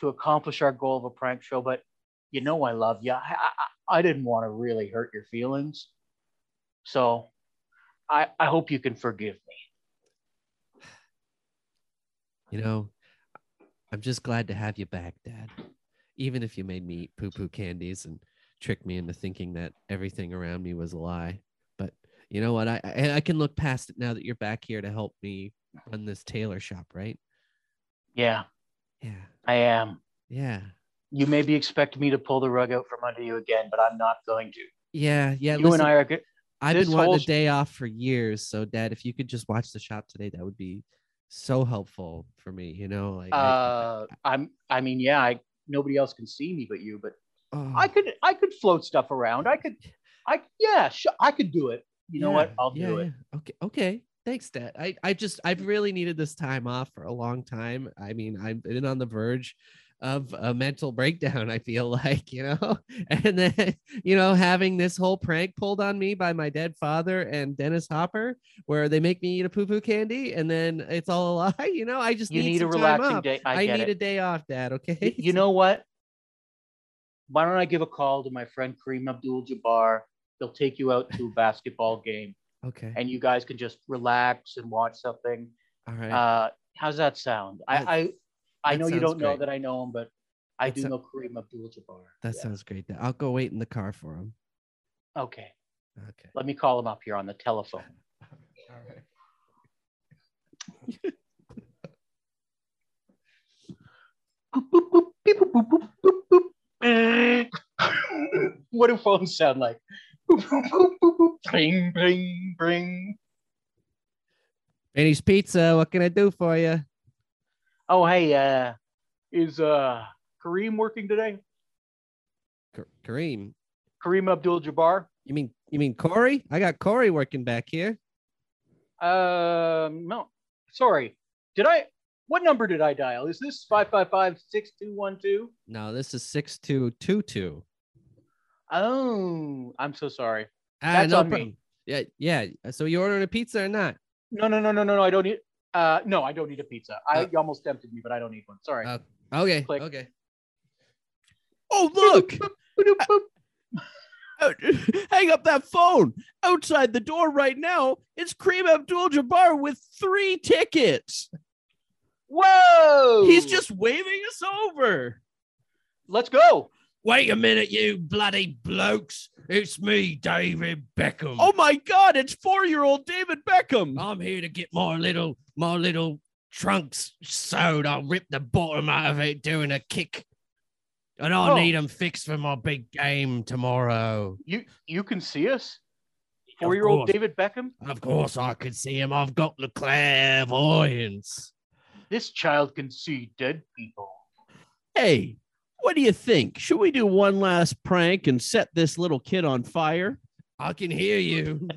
S3: to accomplish our goal of a prank show. But you know, I love you. I, I, I didn't want to really hurt your feelings. So I, I hope you can forgive me.
S1: You know, I'm just glad to have you back, Dad. Even if you made me eat poo poo candies and tricked me into thinking that everything around me was a lie. But you know what? I I, I can look past it now that you're back here to help me run this tailor shop, right?
S3: Yeah,
S1: Yeah.
S3: I am.
S1: Yeah.
S3: You maybe expect me to pull the rug out from under you again, but I'm not going to.
S1: Yeah. Yeah.
S3: you and
S1: listen-
S3: I are good.
S1: I've
S3: This
S1: been wanting
S3: whole
S1: a
S3: sh-
S1: day off for years. So, Dad, if you could just watch the shop today, that would be so helpful for me. You know, like I-
S3: Uh, I'm. I mean, yeah. I, nobody else can see me but you. But
S1: oh,
S3: I could I could float stuff around. I could I yeah, sh- I could do it. You know what?
S1: yeah,
S3: I'll
S1: yeah,
S3: do it.
S1: yeah. Okay, okay. Thanks, Dad. I, I just I've really needed this time off for a long time. I mean, I've been on the verge of a mental breakdown. I feel like you know, and then you know, having this whole prank pulled on me by my dead father and Dennis Hopper, where they make me eat a poo poo candy, and then it's all a lie. You know, I just
S3: You need a
S1: some time
S3: relaxing
S1: off.
S3: day. I,
S1: I,
S3: get
S1: need a
S3: it.
S1: day off, Dad.
S3: Y-
S1: Okay.
S3: You know what? Why don't I give a call to my friend Kareem Abdul Jabbar? They'll take you out to a basketball game
S1: Okay.
S3: and you guys can just relax and watch something.
S1: All right.
S3: Uh, how's that sound?
S1: That-
S3: I I, I
S1: that
S3: know you
S1: sounds
S3: don't know
S1: great.
S3: that I know him, but I
S1: That
S3: do
S1: sou-
S3: know Kareem Abdul Jabbar.
S1: that sounds great. Dad. I'll go wait in the car for him.
S3: Okay.
S1: Okay.
S3: Let me call him up here on the telephone.
S1: All right.
S3: what do phones sound like? Boop, boop, boop, boop, boop, boop. Bring, bring, bring.
S1: Benny's Pizza, what can I do for you?
S3: Oh, hey, uh, is uh, Kareem working today?
S1: K- Kareem,
S3: Kareem Abdul-Jabbar?
S1: you mean you mean Corey? I got Corey working back here.
S3: Um, no, sorry. Did I? What number did I dial? Is this five five five six two one two?
S1: No, this is six two two two.
S3: Oh, I'm so sorry.
S1: Ah,
S3: That's
S1: no
S3: on me.
S1: problem. Yeah, yeah. So you ordering a pizza or not?
S3: No, no, no, no, no, no. I don't need. Uh, no, I don't need a pizza. I
S1: Uh,
S3: you almost tempted me, but I don't need one. Sorry.
S1: Uh, Okay.
S3: Click.
S1: Okay.
S2: Oh, look.
S3: Boop, boop.
S2: Out- Hang up that phone. Outside the door right now, it's Kareem Abdul Jabbar with three tickets.
S3: Whoa!
S2: He's just waving us over.
S3: Let's go.
S4: Wait a minute, you bloody blokes. It's me, David Beckham.
S2: Oh my God, it's four year old David Beckham.
S4: I'm here to get my little my little trunks sewed. I'll rip the bottom out of it doing a kick. And I
S3: Oh.
S4: need 'em need them fixed for my big game tomorrow.
S3: You you can see us.
S4: Of
S3: Four year old
S4: course.
S3: David Beckham.
S4: Of course, I could see him. I've got the clairvoyance.
S3: This child can see dead people.
S2: Hey, what do you think? Should we do one last prank and set this little kid on fire?
S4: I can hear you.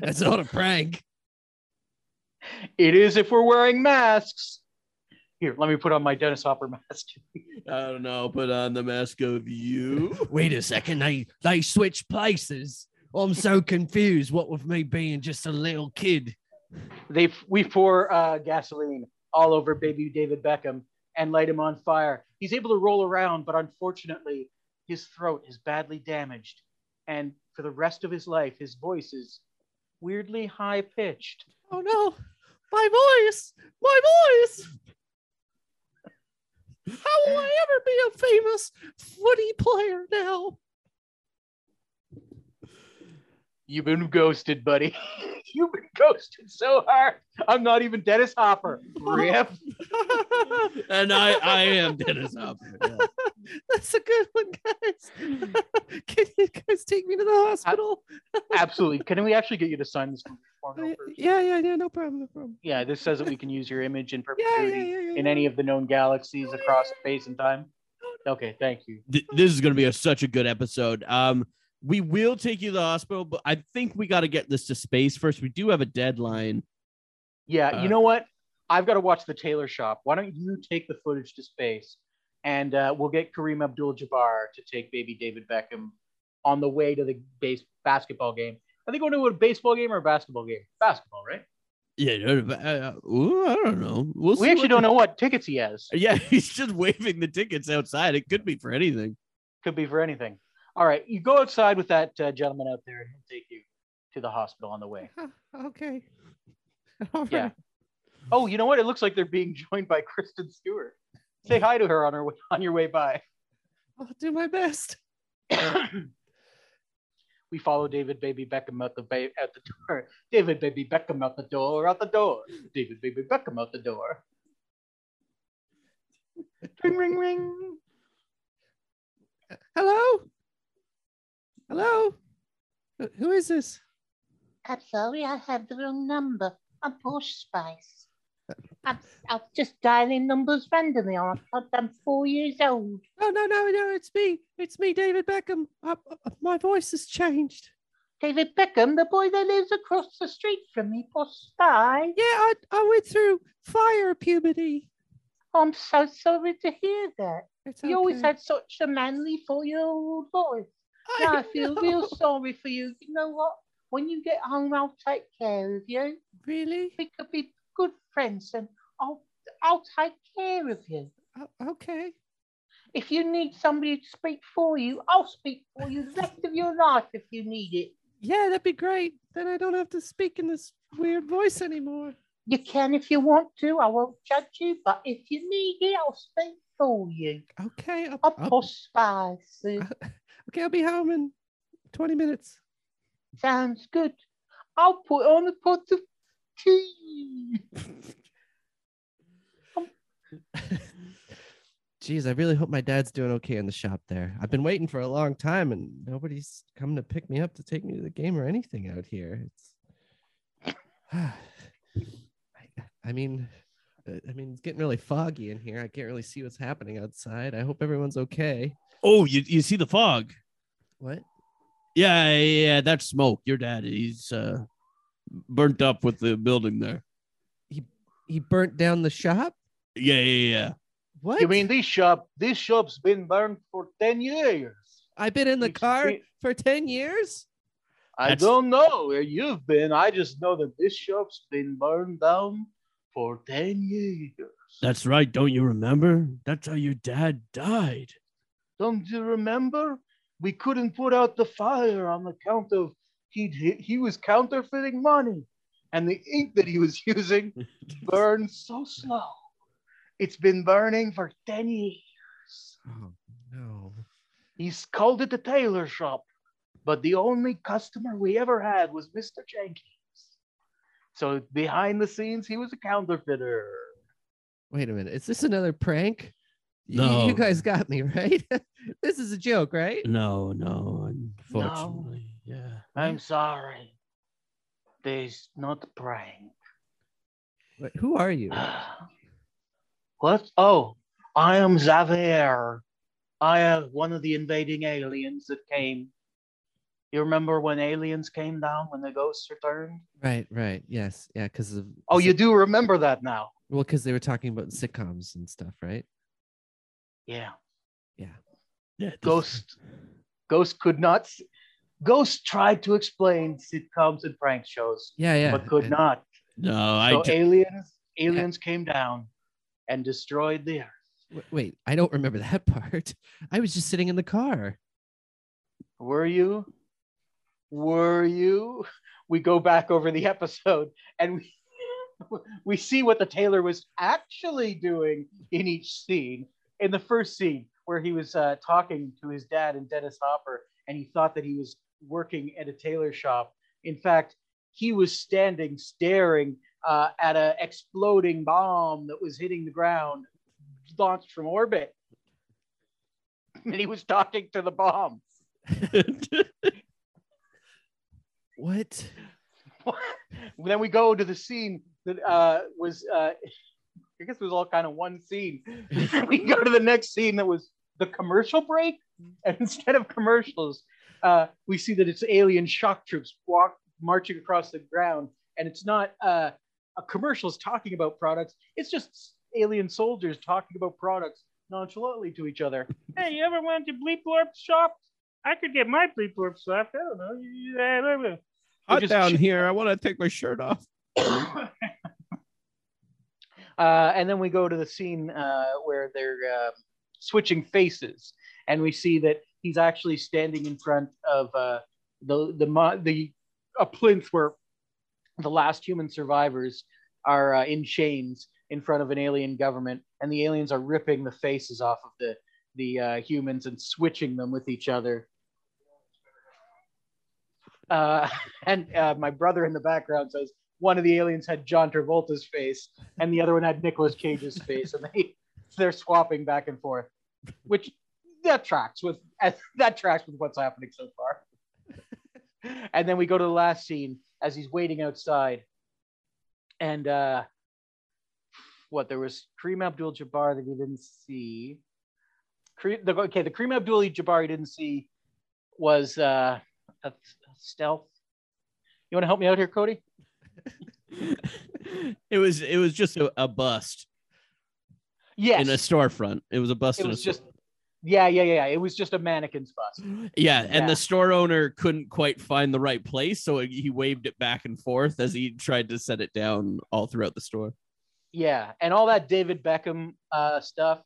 S4: That's not a prank.
S3: It is if we're wearing masks. Here, let me put on my Dennis Hopper mask.
S2: I don't know. Put on the mask of you.
S4: Wait a second. They they switched places. I'm so confused. What with me being just a little kid.
S3: they we pour uh, gasoline all over baby David Beckham and light him on fire. He's able to roll around, but unfortunately, his throat is badly damaged, and for the rest of his life, his voice is weirdly high pitched.
S2: Oh no, my voice, my voice. How will I ever be a famous footy player now?
S3: You've been ghosted, buddy. You've been ghosted so hard. I'm not even Dennis Hopper. Rip.
S2: and I, I am Dennis Hopper.
S1: That's a good one, guys. Can you guys take me to the hospital?
S3: Absolutely. Can we actually get you to sign this form?
S1: Uh,
S3: over?
S1: yeah, yeah, yeah. No problem. No problem.
S3: Yeah, this says that we can use your image in
S1: Yeah,
S3: perpetuity.
S1: yeah, yeah, yeah.
S3: in any of the known galaxies across space and time? Okay, thank you.
S2: Th- This is going to be a, such a good episode. Um, we will take you to the hospital, but I think we got to get this to space first. We do have a deadline.
S3: Yeah,
S2: Uh,
S3: you know what? I've got to watch the Taylor Shop. Why don't you take the footage to space, and uh, we'll get Kareem Abdul-Jabbar to take baby David Beckham on the way to the base basketball game. Are they going to a baseball game or a basketball game? Basketball, right?
S2: Yeah, uh, uh, ooh, I don't know. We'll
S3: we
S2: see
S3: actually
S2: what-
S3: don't know what tickets he has.
S2: Yeah, he's just waving the tickets outside. It could be for anything.
S3: Could be for anything. All right, you go outside with that uh, gentleman out there, and he'll take you to the hospital on the way.
S1: Huh, okay. All
S3: Uh, Yeah.
S1: right.
S3: Oh, you know what? It looks like they're being joined by Kristen Stewart. Say hi to her on her way, on your way by.
S1: I'll do my best.
S3: we follow David Baby Beckham out the ba- out the door. David Baby Beckham out the door, out the door. David Baby Beckham out the door. ring ring ring.
S1: Hello? Hello? Wh- Who is this?
S5: I'm sorry, I have the wrong number. I'm Posh Spice. I'm, I'm just dialing numbers randomly. I'm, I'm four years old.
S1: Oh, No, no, no, no, it's me. It's me, David Beckham. Uh, uh, my voice has changed.
S5: David Beckham, the boy that lives across the street from me, Posh Spice.
S1: Yeah, I, I went through fire puberty.
S5: I'm so sorry to hear that.
S1: It's
S5: You always
S1: okay.
S5: had such a manly four-year-old voice. Now I feel
S1: know.
S5: real sorry for you. You know what? When you get home, I'll take care of you.
S1: Really?
S5: We could be good friends, and I'll I'll take care of you.
S1: O- Uh, okay.
S5: If you need somebody to speak for you, I'll speak for you the rest of your life if you need it.
S1: Yeah, that'd be great. Then I don't have to speak in this weird voice anymore.
S5: You can if you want to. I won't judge you, but if you need it, I'll speak for you.
S1: Okay. I'll,
S5: I'm
S1: I'll-
S5: posh spicy.
S1: okay, I'll be home in 20 minutes.
S5: Sounds good. I'll put on a pot of tea.
S1: geez, I really hope my dad's doing okay in the shop there. I've been waiting for a long time and nobody's come to pick me up to take me to the game or anything out here. It's, I, I mean, uh, I mean, it's getting really foggy in here. I can't really see what's happening outside. I hope everyone's okay.
S2: Oh, you, you see the fog?
S1: What?
S2: Yeah, yeah, that's smoke. Your dad, he's uh, burnt up with the building there.
S1: He burnt down the shop?
S2: Yeah, yeah, yeah.
S1: What?
S3: You mean this shop? This shop's been burned for ten years.
S1: I've been in the
S3: It's
S1: car
S3: been-
S1: for 10 years?
S3: I
S2: That's-
S3: don't know where you've been. I just know that this shop's been burned down for ten years.
S2: That's right. Don't you remember? That's how your dad died.
S3: Don't you remember? We couldn't put out the fire on account of he he was counterfeiting money, and the ink that he was using burned so slow. It's been burning for ten years.
S1: Oh, no.
S3: He's called it the tailor shop, but the only customer we ever had was Mr. Jenkins. So behind the scenes, he was a counterfeiter.
S1: Wait a minute. Is this another prank? You- You,
S2: No.
S1: guys got me, right? this is a joke, right?
S2: No, no,
S3: Um,
S2: unfortunately. Yeah.
S3: I'm sorry. There's not a prank.
S1: Wait, who are you?
S3: what? Oh, I am Xavier. I am one of the invading aliens that came. You remember when aliens came down when the ghosts returned?
S1: Right, right. Yes. Yeah, because of
S3: Oh, you
S1: sit-
S3: do remember that now.
S1: well, because they were talking about sitcoms and stuff, right?
S3: Yeah.
S1: Yeah.
S2: yeah this-
S3: Ghost Ghost could not s- Ghost tried to explain sitcoms and prank shows,
S1: Yeah, yeah.
S3: but could
S1: I-
S3: not.
S2: No, I
S3: So
S2: ju-
S3: aliens aliens came down and destroyed the earth.
S1: w- wait, I don't remember that part. I was just sitting in the car.
S3: Were you? Were you? We go back over the episode and we we see what the tailor was actually doing in each scene. In the first scene, where he was uh, talking to his dad and Dennis Hopper, and he thought that he was working at a tailor shop. In fact, he was standing staring uh, at a exploding bomb that was hitting the ground, launched from orbit, and he was talking to the bomb.
S1: What?
S3: then we go to the scene that uh, was uh, I guess it was all kind of one scene. we go to the next scene that was the commercial break, and instead of commercials, uh, we see that it's alien shock troops walk marching across the ground, and it's not uh, a commercials talking about products. It's just alien soldiers talking about products nonchalantly to each other. hey, you ever went to Bleep Blorp shop? I could get my Bleep Blorp shop. I don't know. You-
S2: hot
S3: just
S2: down
S3: ch-
S2: here. I want to take my shirt off.
S3: uh, and then we go to the scene uh, where they're uh, switching faces, and we see that he's actually standing in front of uh, the the mo- the a plinth where the last human survivors are uh, in chains in front of an alien government, and the aliens are ripping the faces off of the the uh, humans and switching them with each other. Uh, and uh, my brother in the background says one of the aliens had John Travolta's face and the other one had Nicolas Cage's face, and they they're swapping back and forth, which that tracks with that tracks with what's happening so far. And then we go to the last scene as he's waiting outside, and uh, what there was Kareem Abdul-Jabbar that he didn't see. Kareem, the, okay, the Kareem Abdul-Jabbar he didn't see was uh, a, a stealth. You want to help me out here, Cody?
S2: it was it was just a, a bust
S3: Yes.
S2: in a storefront. It was a bust.
S3: it
S2: in a
S3: was
S2: store-
S3: just yeah yeah yeah it was just a mannequin's bust
S2: yeah, and
S3: yeah.
S2: the store owner couldn't quite find the right place, so he waved it back and forth as he tried to set it down all throughout the store.
S3: yeah and all that david beckham uh, stuff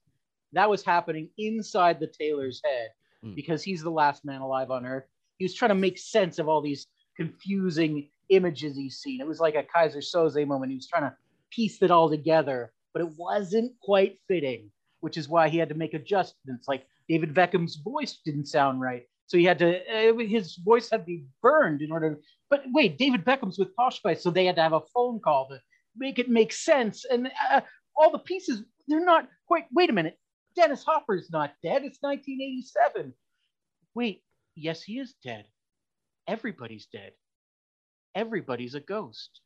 S3: that was happening inside the tailor's head
S1: Mm.
S3: because he's the last man alive on earth he was trying to make sense of all these confusing images he's seen it was like a kaiser soze moment he was trying to piece it all together but it wasn't quite fitting which is why he had to make adjustments like david beckham's voice didn't sound right so he had to uh, his voice had to be burned in order but wait david beckham's with posh spice so they had to have a phone call to make it make sense. And uh, all the pieces, they're not quite. Wait a minute. Dennis Hopper's not dead. It's 1987. Wait, yes, he is dead. Everybody's dead. Everybody's a ghost.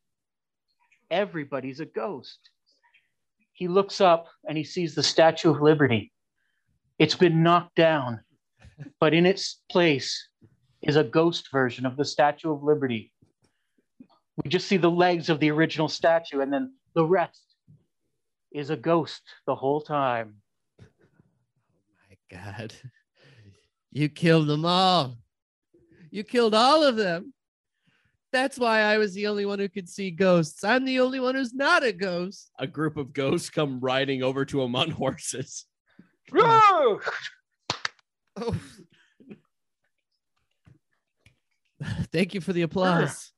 S3: Everybody's a ghost. He looks up and he sees the Statue of Liberty. It's been knocked down, but in its place is a ghost version of the Statue of Liberty. We just see the legs of the original statue, and then the rest is a ghost the whole time.
S1: My God. You killed them all. You killed all of them. That's why I was the only one who could see ghosts. I'm the only one who's not a ghost.
S2: A group of ghosts come riding over to him on horses.
S3: Woo!
S1: Oh. Thank you for the applause.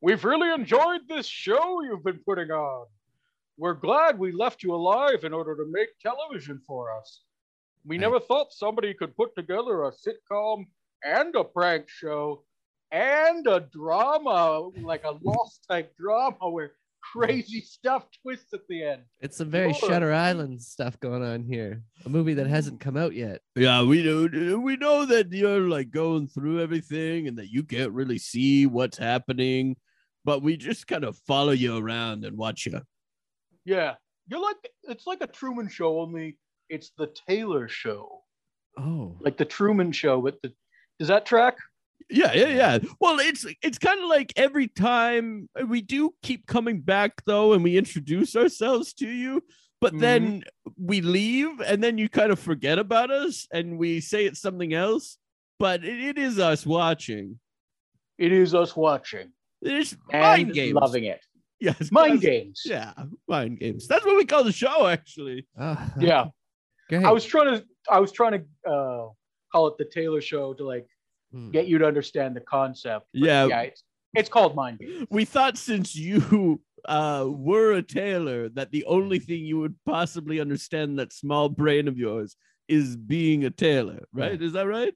S3: We've really enjoyed this show you've been putting on. We're glad we left you alive in order to make television for us. We
S1: Right.
S3: never thought somebody could put together a sitcom and a prank show and a drama, like a lost type drama where crazy stuff twists at the end.
S1: It's some very
S3: Sure.
S1: Shutter Island stuff going on here. A movie that hasn't come out yet.
S2: Yeah, we know we know that you're like going through everything and that you can't really see what's happening, but we just kind of follow you around and watch you.
S3: Yeah. You're like, it's like a Truman show, only it's the Taylor show.
S1: Oh,
S3: Like the Truman show, but the, does that track?
S2: Yeah, yeah, yeah. Well, it's it's kind of like every time uh, we do keep coming back though, and we introduce ourselves to you, but
S1: Mm-hmm.
S2: then we leave, and then you kind of forget about us, and we say it's something else. But it, it is us watching.
S3: It is us watching
S2: It's
S3: and
S2: mind games.
S3: loving it.
S2: Yes,
S3: Mind
S2: that's-
S3: games.
S2: Yeah, mind games. That's what we call the show, actually.
S1: oh
S3: Yeah.
S1: Great.
S3: I was trying to I was trying to uh, call it the Taylor Show to like
S1: Hmm.
S3: get you to understand the concept. But
S2: Yeah.
S3: yeah, it's, it's called Mind Games.
S2: We thought since you uh, were a tailor, that the
S3: Mm.
S2: only thing you would possibly understand that small brain of yours is being a tailor, right? Is that right?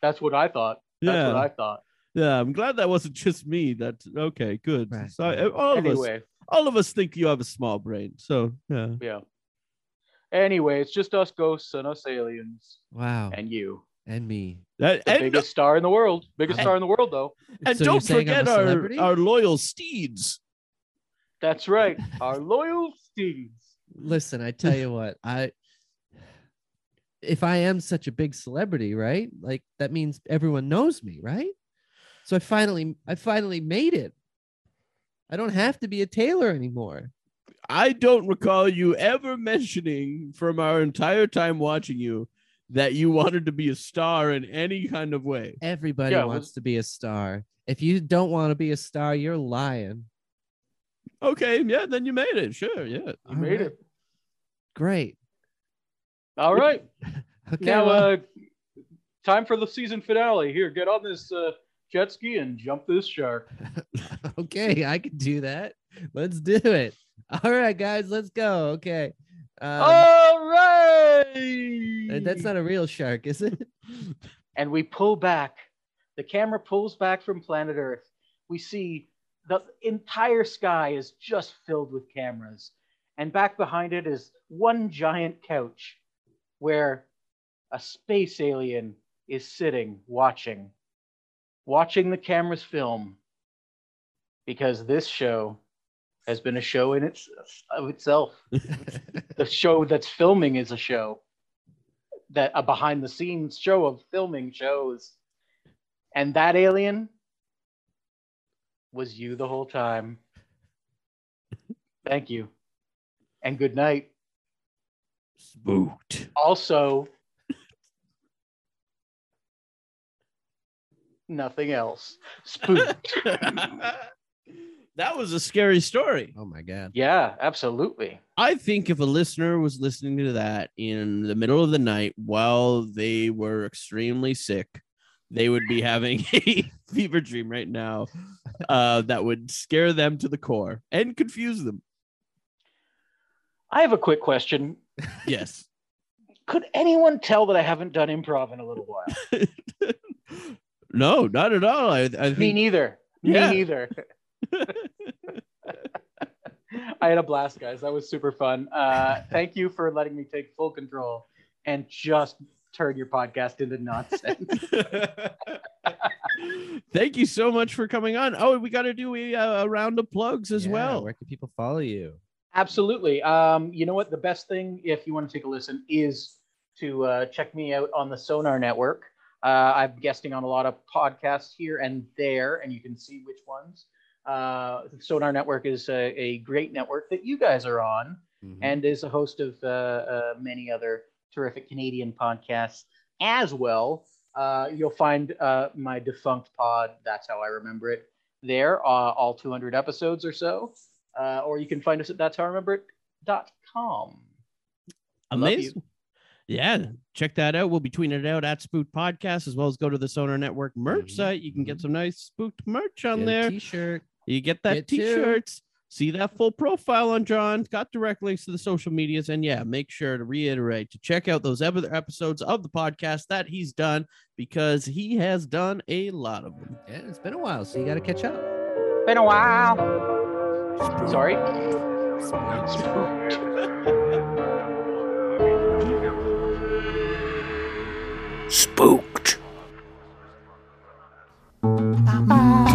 S3: That's what I thought. That's
S2: yeah.
S3: what I thought.
S2: yeah. I'm glad that wasn't just me. That okay, good.
S1: Right,
S2: So uh,
S1: right.
S2: all of us,
S3: anyway,
S2: all of us think you have a small brain. So yeah.
S3: yeah. Anyway, it's just us ghosts and us aliens
S1: wow. And,
S3: and you.
S1: me.
S2: That,
S3: The
S2: and
S3: biggest star in the world. Biggest
S1: I'm-
S3: star in the world though.
S2: and
S1: So you're
S2: don't
S1: saying I'm a
S2: forget our,
S1: celebrity?
S2: our loyal steeds.
S3: That's right. Our loyal steeds.
S1: Listen, I tell you what, I if I am such a big celebrity, right? Like that means everyone knows me, right? So I finally I finally made it. I don't have to be a tailor anymore.
S2: I don't recall you ever mentioning from our entire time watching you that you wanted to be a star in any kind of way.
S1: Everybody
S3: Yeah, well-
S1: wants to be a star. If you don't want to be a star, you're lying.
S2: Okay, yeah, then you made it. Sure, yeah.
S3: You made it.
S1: Great.
S3: All right.
S1: Okay.
S3: now
S1: well,
S3: uh time for the season finale. Here, get on this uh, jet ski and jump this shark.
S1: okay, I can do that. Let's do it. All right, guys, let's go. Okay.
S2: Oh,
S1: Um,
S3: All right.
S1: uh, that's not a real shark, is it?
S3: and we pull back. The camera pulls back from planet Earth. We see the entire sky is just filled with cameras. And back behind it is one giant couch where a space alien is sitting watching, watching the cameras film. Because this show has been a show in its, of itself. the show that's filming is a show that a behind the scenes show of filming shows and that alien was you the whole time thank you and good night
S2: Spooked.
S3: also nothing else spooked
S2: that was a scary story.
S1: Oh my god.
S3: yeah absolutely
S2: I think if a listener was listening to that in the middle of the night while they were extremely sick, they would be having a fever dream right now uh, that would scare them to the core and confuse them.
S3: i have a quick question
S2: Yes.
S3: could anyone tell that i haven't done improv in a little while
S2: no, not at all. I, I
S3: me
S2: think
S3: neither me
S2: Yeah.
S3: neither I had a blast, guys. That was super fun. Uh, thank you for letting me take full control and just turn your podcast into nonsense.
S2: Thank you so much for coming on. Oh, and we got to do a, uh, a round of plugs as
S1: Yeah,
S2: well.
S1: Where can people follow you?
S3: Absolutely. Um, you know what? The best thing, if you want to take a listen, is to uh, check me out on the Sonar Network. Uh, I'm guesting on a lot of podcasts here and there, and you can see which ones. Uh, Sonar Network is a, a great network that you guys are on and is a host of uh, uh, many other terrific Canadian podcasts as well. Uh, you'll find uh, my defunct pod, that's how I remember it, there, uh, all 200 episodes or so. Uh, or you can find us at that's how I remember it.com. I love you.
S2: Amazing. Yeah, check that out. We'll be tweeting it out at Spooked Podcast as well as go to the Sonar Network merch
S1: Mhm,
S2: site. You can get some nice spooked merch on
S1: Get a
S2: there.
S1: T-shirt.
S2: You get that
S1: It too.
S2: t-shirts. See that full profile on John. Got direct links to the social medias, and yeah, make sure to reiterate to check out those other episodes of the podcast that he's done because he has done a lot of them.
S1: Yeah, it's been a while, so you got to catch up.
S3: Been a while. Sorry.
S7: spooked.